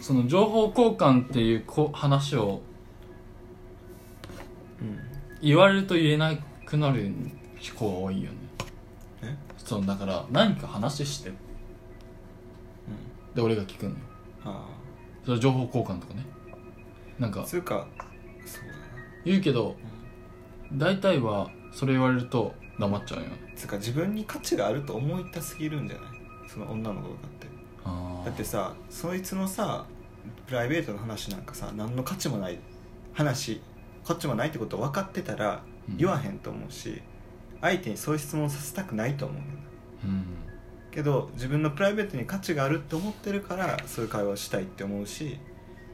Speaker 1: その情報交換っていうこ話を
Speaker 2: うん、うん、
Speaker 1: 言われると言えなくなる子が多いよね
Speaker 2: え
Speaker 1: そうだから何か話してで俺が聞くのよ
Speaker 2: うんあ
Speaker 1: それ情報交換とかねなん
Speaker 2: あ
Speaker 1: か
Speaker 2: つうかそうだ
Speaker 1: 言うけど大体はそれ言われると黙っちゃうよね
Speaker 2: なつうか自分に価値があると思いたすぎるんじゃないその女の子とかって
Speaker 1: あ
Speaker 2: だってさそいつのさプライベートの話なんかさ何の価値もない話価値もないってことを分かってたら言わへんと思うし、相手にそういう質問させたくないと思うねんだ
Speaker 1: うん
Speaker 2: けど自分のプライベートに価値があるって思ってるからそういう会話をしたいって思うし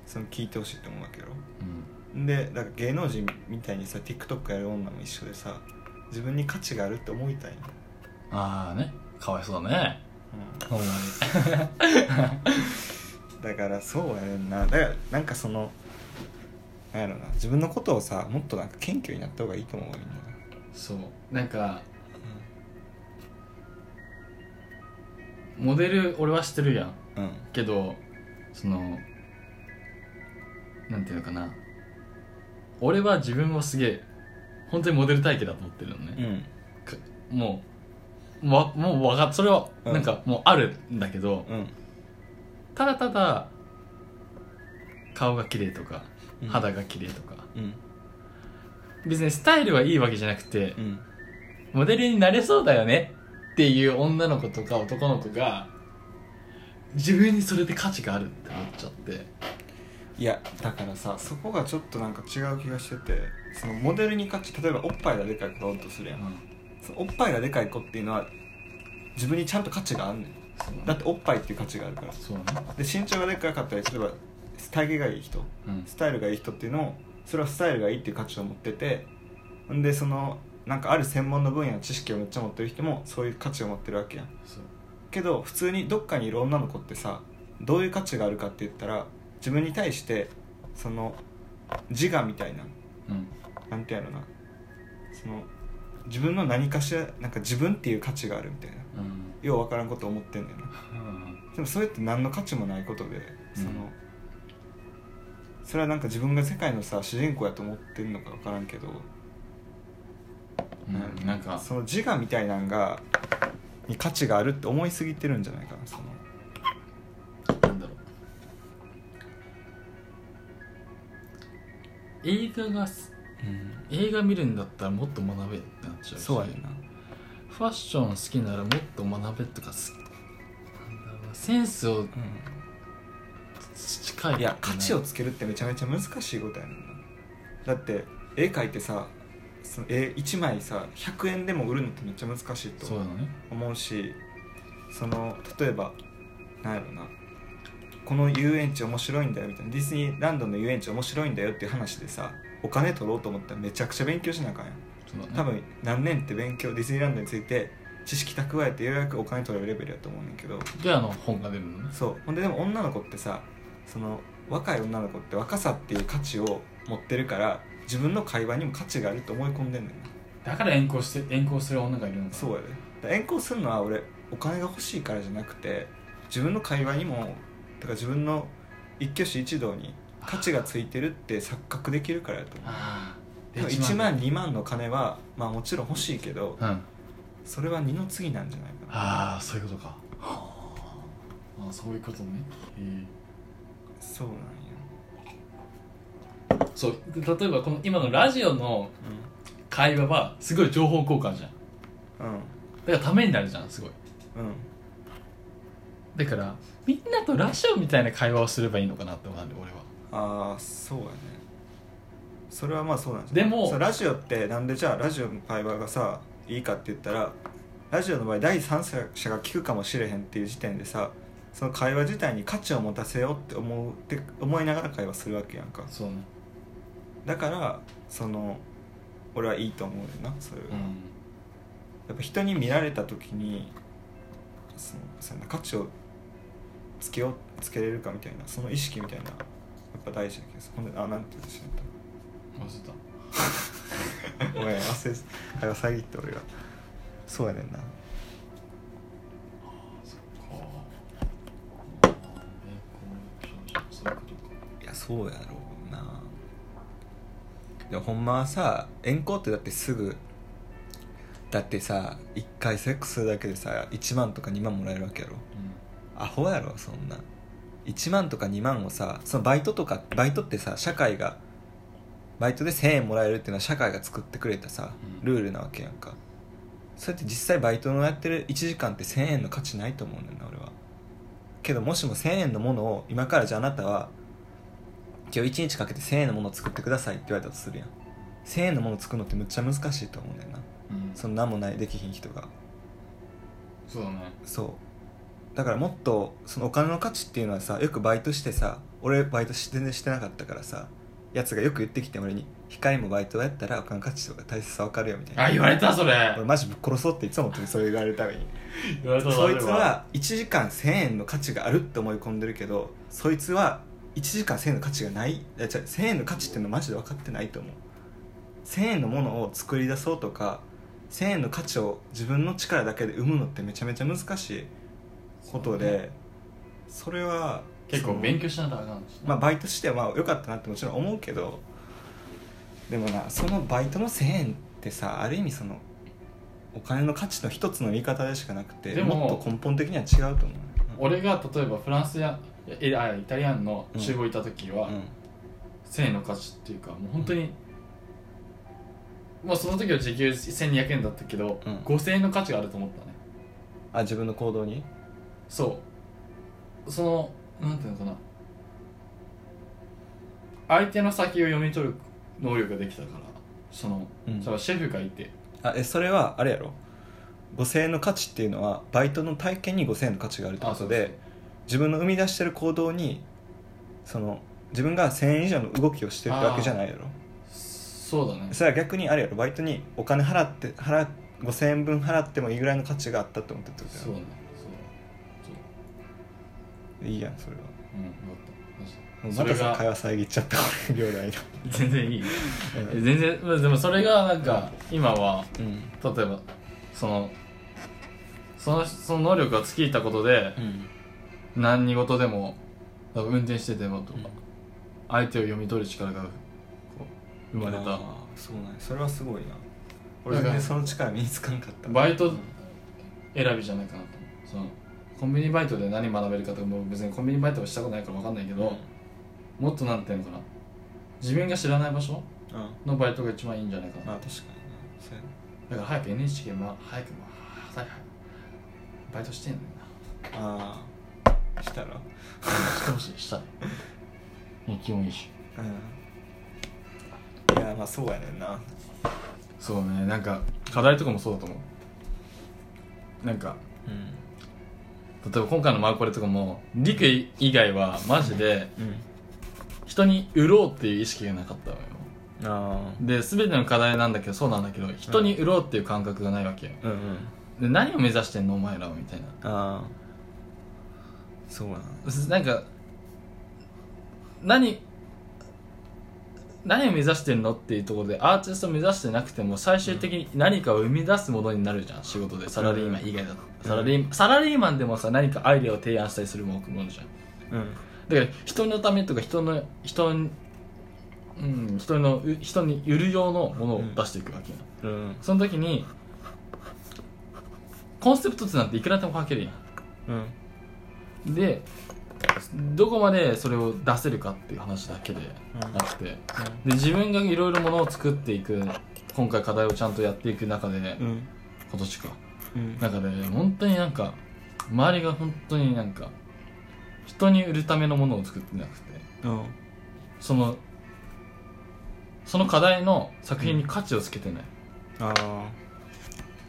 Speaker 2: その聞いてほしいって思うわけよ
Speaker 1: うん
Speaker 2: でだから芸能人みたいにさ TikTok やる女も一緒でさ自分に価値があるって思いたいねん、
Speaker 1: ああねかわいそうだね
Speaker 2: うん
Speaker 1: ほんまに
Speaker 2: だからそうやねんなだからなんかそのなんやろな自分のことをさもっとなんか謙虚になった方がいいと思うわみんな
Speaker 1: そうなんかモデル俺はしてるやん
Speaker 2: うん、
Speaker 1: けどそのなんていうのかな俺は自分をすげえ本当にモデル体型だと思ってるの
Speaker 2: う
Speaker 1: ね、
Speaker 2: ん
Speaker 1: かもうわもうわかっそれは
Speaker 2: うん
Speaker 1: なんかもうあるんだけど、
Speaker 2: うん
Speaker 1: ただただ顔が綺麗とか
Speaker 2: うん
Speaker 1: 肌が綺麗とか、
Speaker 2: うん
Speaker 1: 別にスタイルはいいわけじゃなくて
Speaker 2: う、ん
Speaker 1: モデルになれそうだよねっていう女の子とか男の子が自分にそれで価値があるって思っちゃって
Speaker 2: いやだからさそこがちょっとなんか違う気がしててそのモデルに価値例えばおっぱいがでかい子がおるとするやんそのおっぱいがでかい子っていうのは自分にちゃんと価値があんねんだっておっぱいっていう価値があるから
Speaker 1: そうね
Speaker 2: で身長がでかかったり例えば体型がいい人
Speaker 1: うん
Speaker 2: スタイルがいい人っていうのをそれはスタイルがいいっていう価値を持っててんでそのなんかある専門の分野の知識をめっちゃ持ってる人もそういう価値を持ってるわけやん
Speaker 1: そう
Speaker 2: けど普通にどっかにいる女の子ってさどういう価値があるかって言ったら自分に対してその自我みたいな
Speaker 1: うん
Speaker 2: なんてやろなその自分の何かしらなんか自分っていう価値があるみたいな
Speaker 1: うん
Speaker 2: ようわからんことを思ってんだよなでもそれって何の価値もないことでその、
Speaker 1: うん
Speaker 2: それはなんか自分が世界のさ主人公やと思ってるのか分からんけど、
Speaker 1: うんなんか
Speaker 2: その自我みたいなんがに価値があるって思いすぎてるんじゃないかなその
Speaker 1: なんだろう映画がす映画見るんだったらもっと学べってなっちゃうし
Speaker 2: そうやねんな
Speaker 1: ファッション好きならもっと学べとかすなんだろうなセンスを培え
Speaker 2: うん、いや価値を
Speaker 1: つ
Speaker 2: つけるってめちゃめちゃ難しいことやねんなだって絵描いてさその絵1枚さ100円でも売るのってめっちゃ難しいと
Speaker 1: そう
Speaker 2: 思う
Speaker 1: だね
Speaker 2: 思うしその例えばなんやろなこの遊園地面白いんだよみたいなディズニーランドの遊園地面白いんだよっていう話でさお金取ろうと思ったらめちゃくちゃ勉強しなあかんやん
Speaker 1: そうだね
Speaker 2: 多分何年って勉強ディズニーランドについて知識蓄えてようやくお金取れるレベルやと思うねんけど
Speaker 1: であの本が出るのね
Speaker 2: そうほんででも女の子ってさその若い女の子って若さっていう価値を持ってるから自分の会話にも価値があると思い込んでんねんな
Speaker 1: だから遠行して遠行する女がいるのか
Speaker 2: そうやでだから遠行するのは俺お金が欲しいからじゃなくて自分の会話にもだから自分の一挙手一動に価値がついてるって錯覚できるからやと思う
Speaker 1: ああ
Speaker 2: だから1万2万の金はまあもちろん欲しいけど
Speaker 1: うん
Speaker 2: それは二の次なんじゃないかな
Speaker 1: ああそういうことかああそういうことね、
Speaker 2: そうなんや
Speaker 1: そう例えばこの今のラジオの会話はすごい情報交換じゃん
Speaker 2: うんうん
Speaker 1: だからためになるじゃんすごい
Speaker 2: うん
Speaker 1: だからみんなとラジオみたいな会話をすればいいのかなって思うんで俺は
Speaker 2: ああそうやねそれはまあそうなんです
Speaker 1: でも
Speaker 2: ラジオってなんでじゃあラジオの会話がさいいかって言ったらラジオの場合第三者が聞くかもしれへんっていう時点でさその会話自体に価値を持たせようって思うって思いながら会話するわけやんか
Speaker 1: そうね
Speaker 2: だからその俺はいいと思うよなそういう、
Speaker 1: う
Speaker 2: や
Speaker 1: ん
Speaker 2: っぱ人に見られた時にそのそんな価値をつけようつけれるかみたいなその意識みたいなやっぱ大事だけどほんであなんて言ってしまった
Speaker 1: 忘れた
Speaker 2: ごめん忘れ会話遮って俺がそうやねんな
Speaker 1: そっかそういうことか
Speaker 2: いやそうやろうなでもほんまはさ遠行ってだってすぐだってさ1回セックスするだけでさ1万とか2万もらえるわけやろアホやろそんな1万とか2万をさそのバイトとかバイトってさ社会がバイトで1000円もらえるっていうのは社会が作ってくれたさ
Speaker 1: うん
Speaker 2: ルールなわけやんか、それって実際バイトのやってる1時間って1000円の価値ないと思うねんだよな俺はけどもしも1000円のものを今からじゃああなたは今日1日かけて1000円のものを作ってくださいって言われたとするやん1000円のものを作るのってむっちゃ難しいと思うねんな
Speaker 1: うん、うん、
Speaker 2: そんなんもないできひん人が
Speaker 1: そうだね
Speaker 2: そうだからもっとそのお金の価値っていうのはさよくバイトしてさ俺バイトし全然してなかったからさやつがよく言ってきて俺に「光もバイトやったらお金の価値とか大切さ分かるよ」みたいな
Speaker 1: あ言われたそれ
Speaker 2: 俺マジぶっ殺そうっていつも思ってるそれ言われるために
Speaker 1: 言われた
Speaker 2: そいつは1時間1000円の価値があるって思い込んでるけどそいつは1時間1000円の価値がないいや違う1000円の価値っていうのマジで分かってないと思う1000円のものを作り出そうとか1000円の価値を自分の力だけで生むのってめちゃめちゃ難しいことでそれは
Speaker 1: 結構勉
Speaker 2: 強
Speaker 1: 強しながらなんですね
Speaker 2: まあバイトしてはまあ良かったなってもちろん思うけどでもなそのバイトの1000円ってさある意味そのお金の価値の一つの見方でしかなくて
Speaker 1: でも
Speaker 2: もっと根本的には違うと思う
Speaker 1: 俺が例えばフランスやえあイタリアンの厨房いた時は、
Speaker 2: うん
Speaker 1: 1000円の価値っていうかもう本当に、まあその時は時給1200円だったけど、
Speaker 2: うん
Speaker 1: 5000円の価値があると思ったね
Speaker 2: あ自分の行動に
Speaker 1: そうそのなんていうのかな相手の先を読み取る能力ができたからその、
Speaker 2: うん
Speaker 1: そのシェフがいて
Speaker 2: あえそれはあれやろ5000円の価値っていうのはバイトの体験に5000円の価値があるってことで自分の生み出してる行動にその自分が1000円以上の動きをしてるわけじゃないやろ
Speaker 1: そうだね
Speaker 2: それは逆にあれやろバイトにお金払って払5000円分払ってもいいぐらいの価値があったって思ってたってこ
Speaker 1: そ
Speaker 2: と
Speaker 1: う
Speaker 2: や
Speaker 1: ねそう
Speaker 2: ろいいやんそれは
Speaker 1: そううんよかった
Speaker 2: ま
Speaker 1: マジでそ
Speaker 2: たさ
Speaker 1: れ
Speaker 2: 会
Speaker 1: が
Speaker 2: 話遮っちゃった俺両代
Speaker 1: 全然いい
Speaker 2: の
Speaker 1: え全然まあでもそれがなんか今は
Speaker 2: うん
Speaker 1: 例えばそのそのその能力が尽きたことで
Speaker 2: うん
Speaker 1: 何事でも多分運転しててもとか、
Speaker 2: うん
Speaker 1: 相手を読み取る力がこう生まれ
Speaker 2: あ
Speaker 1: た
Speaker 2: ーそうなんやそれはすごいな俺全然その力身につかんかった
Speaker 1: バイ
Speaker 2: う
Speaker 1: ト
Speaker 2: ん
Speaker 1: 選びじゃないかなと思うそのコンビニバイトで何学べるかとかもう別にコンビニバイトをしたことないから分かんないけど、もっとなんていうのかな自分が知らない場所
Speaker 2: うん
Speaker 1: のバイトが一番いいんじゃないかな
Speaker 2: まあ確かになそう
Speaker 1: だ
Speaker 2: やな
Speaker 1: から早く NHK ま早くま早くバイトしてんのよ
Speaker 2: ああしたら
Speaker 1: なしてほしいしたいね気もいいし
Speaker 2: うんいやまあそうやねんな
Speaker 1: そうねなんか課題とかもそうだと思うなんか
Speaker 2: うん
Speaker 1: 例えば今回のマーコレとかもリク以外はマジで人に売ろうっていう意識がなかったのよ
Speaker 2: あ
Speaker 1: で全ての課題なんだけどそうなんだけど人に売ろうっていう感覚がないわけよ
Speaker 2: あうんうん
Speaker 1: で何を目指してんのお前らはみたいな
Speaker 2: ああそうや
Speaker 1: なんか何何を目指してんのっていうところでアーティストを目指してなくても最終的に何かを生み出すものになるじゃん仕事でサラリーマン以外だと、
Speaker 2: うん
Speaker 1: サラリーマンサラリーマンでもさ何かアイデアを提案したりするものじゃん
Speaker 2: うん
Speaker 1: だから人のためとか人の人にうん、人のう人に売る用のものを出していくわけよ、
Speaker 2: うん
Speaker 1: その時にコンセプトってなんていくらでも書けるや
Speaker 2: うん
Speaker 1: んでどこまでそれを出せるかっていう話だけであって、で自分がいろいろものを作っていく今回課題をちゃんとやっていく中で、
Speaker 2: うんうん
Speaker 1: 今年か
Speaker 2: うん
Speaker 1: 中で本当になんか周りが本当になんか人に売るためのものを作ってなくて
Speaker 2: うん
Speaker 1: そのその課題の作品に価値をつけてない、
Speaker 2: ああ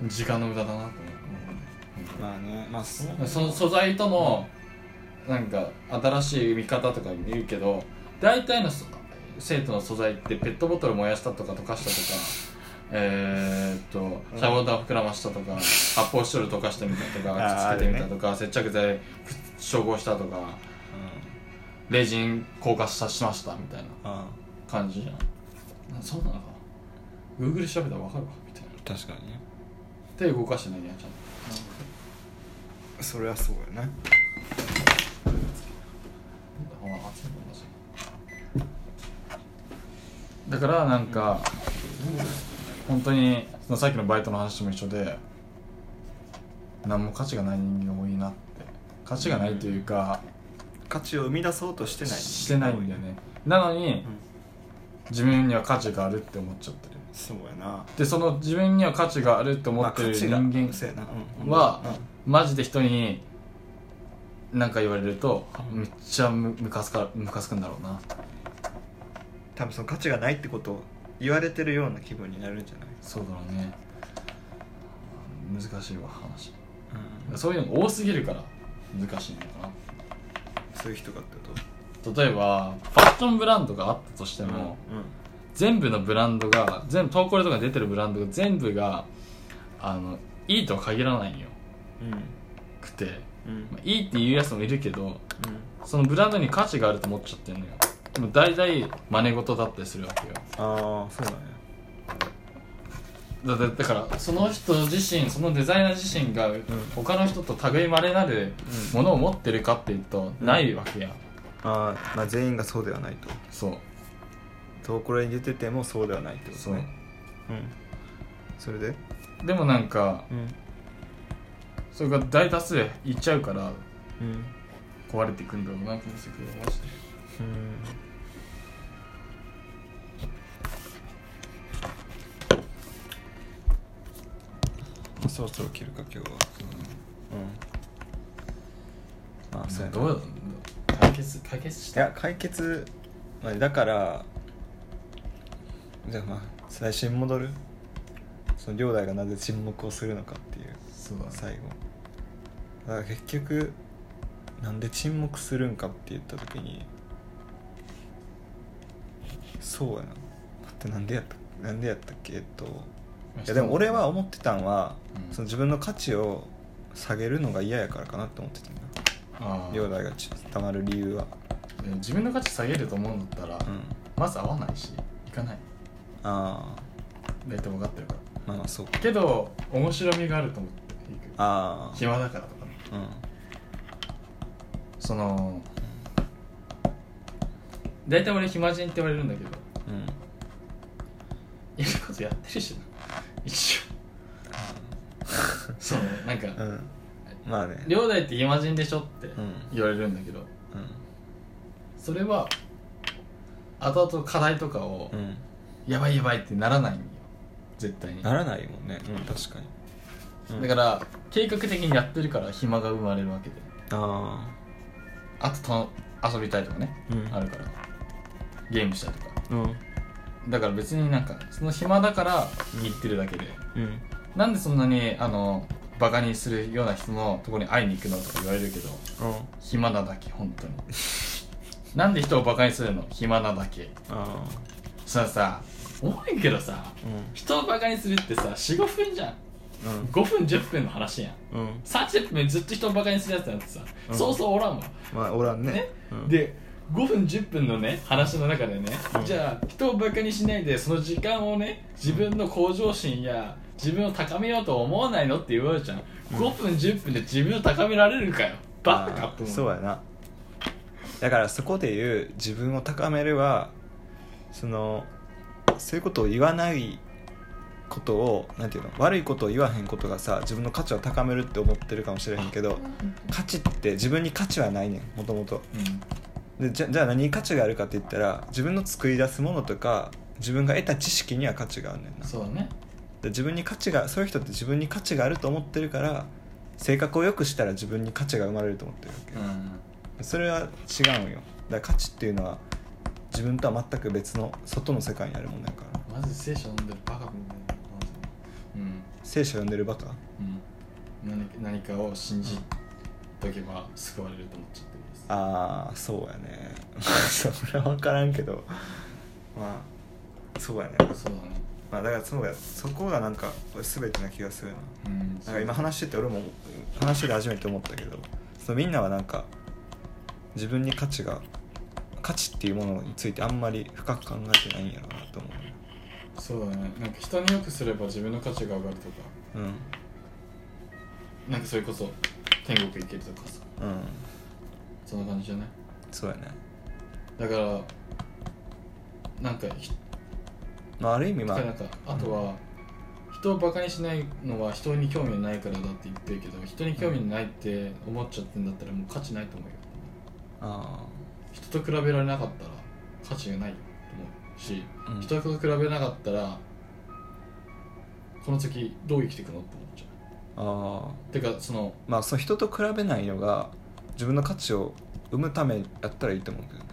Speaker 1: 時間の無駄だなと思って、
Speaker 2: まあねまあそう
Speaker 1: うんその素材とのなんか新しい見方とか言うけど大体のそ生徒の素材ってペットボトル燃やしたとか溶かしたとか えー、っとシャボン玉膨らましたとか発泡スチロール溶かしてみたと
Speaker 2: あー
Speaker 1: かくっつけてみたとか、接着剤照合したとかレジン硬化さしましたみたいな
Speaker 2: あ
Speaker 1: 感じじゃんそうなのかな Google 調べたら分かるわみたいな
Speaker 2: あ確かにね
Speaker 1: 手動かしてないやんちゃんと
Speaker 2: それはそうやね
Speaker 1: だからなんか、本当にそのさっきのバイトの話も一緒で何も価値がない人間多いなって価値がないというか、
Speaker 2: 価値を生み出そうとしてない
Speaker 1: してないんだよねなのに、自分には価値があるって思っちゃってる
Speaker 2: そうやな
Speaker 1: でその自分には価値があるって思
Speaker 2: まあ
Speaker 1: って
Speaker 2: 価
Speaker 1: る
Speaker 2: 値
Speaker 1: 人
Speaker 2: が
Speaker 1: 間
Speaker 2: そうやなうん
Speaker 1: は、マジで人に何か言われるとめっちゃむむかつかむかつくんだろうな
Speaker 2: 多分その価値がないってことを言われてるような気分になるんじゃない
Speaker 1: そうだろうね難しいわ話
Speaker 2: うん
Speaker 1: そういうのが多すぎるから難しいのか
Speaker 2: そういう人がってこと
Speaker 1: な例えばファッションブランドがあったとして
Speaker 2: で
Speaker 1: も、
Speaker 2: うん
Speaker 1: 全部のブランドが全部東コレとかに出てるブランドが全部があのいいとは限らないよ
Speaker 2: うん
Speaker 1: くて、
Speaker 2: うん
Speaker 1: まあ、いいっていうやつもいるけど
Speaker 2: うん
Speaker 1: そのブランドに価値があると思っちゃってるのよでも大体真似事だったりするわけよ
Speaker 2: ああそうだね
Speaker 1: だだだからその人自身そのデザイナー自身が他の人と類まれなるものを持ってるかっていうと
Speaker 2: うん
Speaker 1: ないわけや、
Speaker 2: ああまあ全員がそうではないと
Speaker 1: そう
Speaker 2: ところに出ててもそうではないってこと
Speaker 1: そう
Speaker 2: ねうんそれで
Speaker 1: でもなんか
Speaker 2: うん
Speaker 1: それが大多数いっちゃうから
Speaker 2: うん
Speaker 1: 壊れていくんだろうな気もしてくるマジで
Speaker 2: うんそろそろ切るか今日はうんまあそうやな
Speaker 1: どうだろう解決解決し
Speaker 2: い
Speaker 1: た
Speaker 2: や解決まあだからじゃあまあ最初に戻るその両代がなぜ沈黙をするのかっていう
Speaker 1: そうだ
Speaker 2: 最後だから結局なんで沈黙するんかって言った時にそうやな待ってなんでやったなんでやったっけえっといやでも俺は思ってたんは、
Speaker 1: うん
Speaker 2: その自分の価値を下げるのが嫌やからかなって思ってたんだ
Speaker 1: ああ
Speaker 2: 両代がちたまる理由は
Speaker 1: でも自分の価値下げると思うんだったら、
Speaker 2: うん
Speaker 1: まず合わないし行かない
Speaker 2: ああ
Speaker 1: 大体分かってるから
Speaker 2: まあまあそう
Speaker 1: けど面白みがあると思って行く
Speaker 2: ああ
Speaker 1: 暇だからとかね
Speaker 2: う
Speaker 1: その大体俺暇人って言われるんだけど
Speaker 2: んうん
Speaker 1: やることやってるしな一応 そうなんか
Speaker 2: うんまあね
Speaker 1: 「両代って暇人でしょ?」って
Speaker 2: うん
Speaker 1: 言われるんだけど
Speaker 2: う
Speaker 1: それは後々課題とかを
Speaker 2: んうん
Speaker 1: 「やばいやばい」ってならないんよ絶対に
Speaker 2: ならないもんねうん確かにうん
Speaker 1: だから計画的にやってるから暇が生まれるわけで
Speaker 2: あ
Speaker 1: あとと遊びたいとかね
Speaker 2: あうん
Speaker 1: あるからゲームしたいとか
Speaker 2: うん
Speaker 1: だから別になんかその暇だから言ってるだけで、
Speaker 2: うん
Speaker 1: なんでそんなにあのバカにするような人のとこに会いに行くのとか言われるけど
Speaker 2: あ
Speaker 1: 暇なだけ本当になんで人をバカにするの暇なだけ
Speaker 2: あ
Speaker 1: そのさ思うけどさ
Speaker 2: うん
Speaker 1: 人をバカにするってさ45分じゃん5分10分の話やん
Speaker 2: うんうん
Speaker 1: 30分ずっと人をバカにするやつなんてさ、
Speaker 2: うん
Speaker 1: そうそうおらんわ、
Speaker 2: まあおらんね
Speaker 1: ね
Speaker 2: うん
Speaker 1: で5分10分のね話の中でね、
Speaker 2: うん
Speaker 1: じゃあ人をバカにしないでその時間をね自分の向上心や自分を高めようと思わないのって言われるじゃん、5分10分で自分を高められるかよバカって
Speaker 2: あー
Speaker 1: 思
Speaker 2: そうやなだからそこで言う自分を高めるはそのそういうことを言わないことをなんていうの悪いことを言わへんことがさ自分の価値を高めるって思ってるかもしれへんけど価値って自分に価値はないねんもともと
Speaker 1: うん
Speaker 2: でじゃじゃあ何に価値があるかって言ったら自分の作り出すものとか自分が得た知識には価値があるねんな
Speaker 1: そうだね
Speaker 2: で自分に価値がそういう人って自分に価値があると思ってるから性格を良くしたら自分に価値が生まれると思ってるわけ、
Speaker 1: うん
Speaker 2: それは違うんよだから価値っていうのは自分とは全く別の外の世界にあるもんだから
Speaker 1: マジで聖書飲んでるバカみたいなマジでうん
Speaker 2: 聖書読んでるバカ
Speaker 1: うん何か何かを信じとけば救われると思っちゃってるんです
Speaker 2: ああそうやね それは分からんけどまあそうやね
Speaker 1: そうだね
Speaker 2: まあだからそうやそこがなんか全てな気がするな
Speaker 1: うん
Speaker 2: なんか今話してて俺も話してて初めて思ったけどそのみんなはなんか自分に価値が価値っていうものについてあんまり深く考えてないんやろうなと思
Speaker 1: そうだねなんか人によくすれば自分の価値が上がるとか
Speaker 2: ううん
Speaker 1: なんかそれこそ天国行けるとかさ
Speaker 2: うん
Speaker 1: そんな感じじゃない
Speaker 2: そうやね
Speaker 1: だからなんかひ
Speaker 2: まあある意味まあ
Speaker 1: なんかあとは、人をバカにしないのは人に興味ないからだって言ってるけど人に興味ないって思っちゃってんだったらもう価値ないと思うよ
Speaker 2: あ
Speaker 1: 人と比べられなかったら価値がないと思うし
Speaker 2: あ、うん
Speaker 1: 人と比べなかったらこの先どう生きていくのって思っちゃ
Speaker 2: ああ
Speaker 1: うてかその
Speaker 2: まあその人と比べないのが自分の価値を生むためやったらいいと思うけどね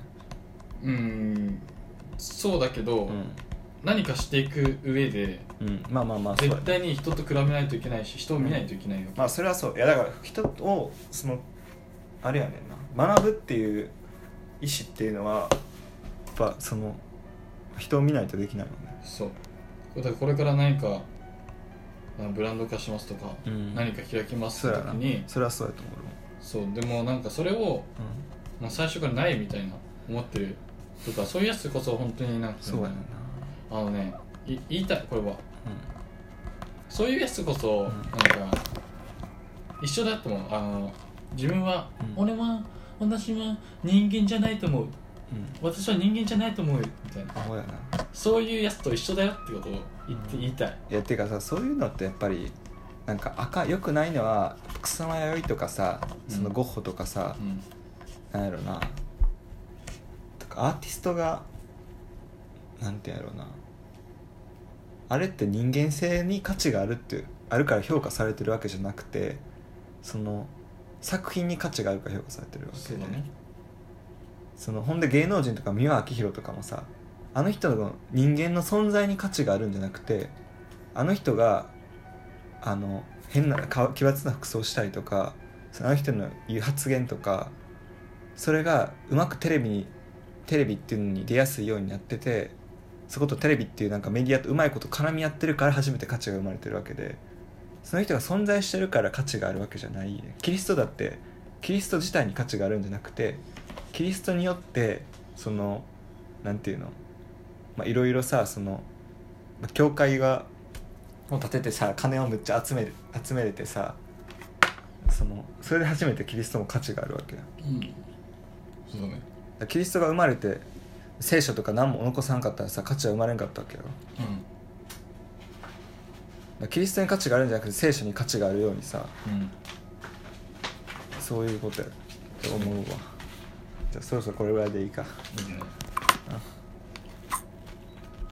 Speaker 1: うーんそうだけど、何かしていく上で
Speaker 2: うん、うん、まあまあまあそうや
Speaker 1: 絶
Speaker 2: ね
Speaker 1: 対に人と比べないといけないし人を見ないといけないよ、
Speaker 2: まあそれはそういやだから人をそのあれやねんな学ぶっていう意思っていうのはやっぱその人を見ないとできないもんね
Speaker 1: そうだからこれから何かあのブランド化しますとか、
Speaker 2: うん
Speaker 1: 何か開きます
Speaker 2: そう
Speaker 1: って
Speaker 2: や
Speaker 1: 時
Speaker 2: な
Speaker 1: に
Speaker 2: それはそうやと思う
Speaker 1: そうでもなんかそれを
Speaker 2: 俺も
Speaker 1: もう最初からないみたいな思ってるとかそういうやつこそ本当になんか
Speaker 2: うん、そうやねんな
Speaker 1: あのねい言いたいこれは
Speaker 2: う
Speaker 1: そういうやつこそ、
Speaker 2: ん
Speaker 1: なんか一緒だと思うあの自分は、
Speaker 2: うん
Speaker 1: 俺は私は人間じゃないと思うん
Speaker 2: うん
Speaker 1: 私は人間じゃないと思うみたいな
Speaker 2: アホやな
Speaker 1: そういうやつと一緒だよってことを言って言いたい
Speaker 2: いやっていうかさそういうのってやっぱりなんか赤よくないのは草間弥生とかさそのゴッホとかさ、
Speaker 1: うん
Speaker 2: なんやろなとかアーティストがなんてやろうなあれって人間性に価値があるってあるから評価されてるわけじゃなくてその作品に価値があるから評価されてるわけ
Speaker 1: そ
Speaker 2: で
Speaker 1: うだね
Speaker 2: そのほんで芸能人とか三輪明宏とかもさあの人の人間の存在に価値があるんじゃなくてあの人があの変なか奇抜な服装したりとかそのあの人の言う発言とかそれがうまくテレビにテレビっていうのに出やすいようになっててそことテレビっていうなんかメディアとうまいこと絡み合ってるから初めて価値が生まれてるわけでその人が存在してるから価値があるわけじゃないキリストだってキリスト自体に価値があるんじゃなくてキリストによってそのなんていうのまあいろいろさそのまあ教会がを建ててさ金をむっちゃ集める集めれてさそのそれで初めてキリストも価値があるわけや
Speaker 1: うんそうだね
Speaker 2: キリストが生まれて聖書とか何も残さなかったらさ価値は生まれんかったわけよだからキリストに価値があるんじゃなくて聖書に価値があるようにさ
Speaker 1: うんうん
Speaker 2: そういうことやと思うわじゃあそろそろこれぐらいでいいか
Speaker 1: いいんじゃない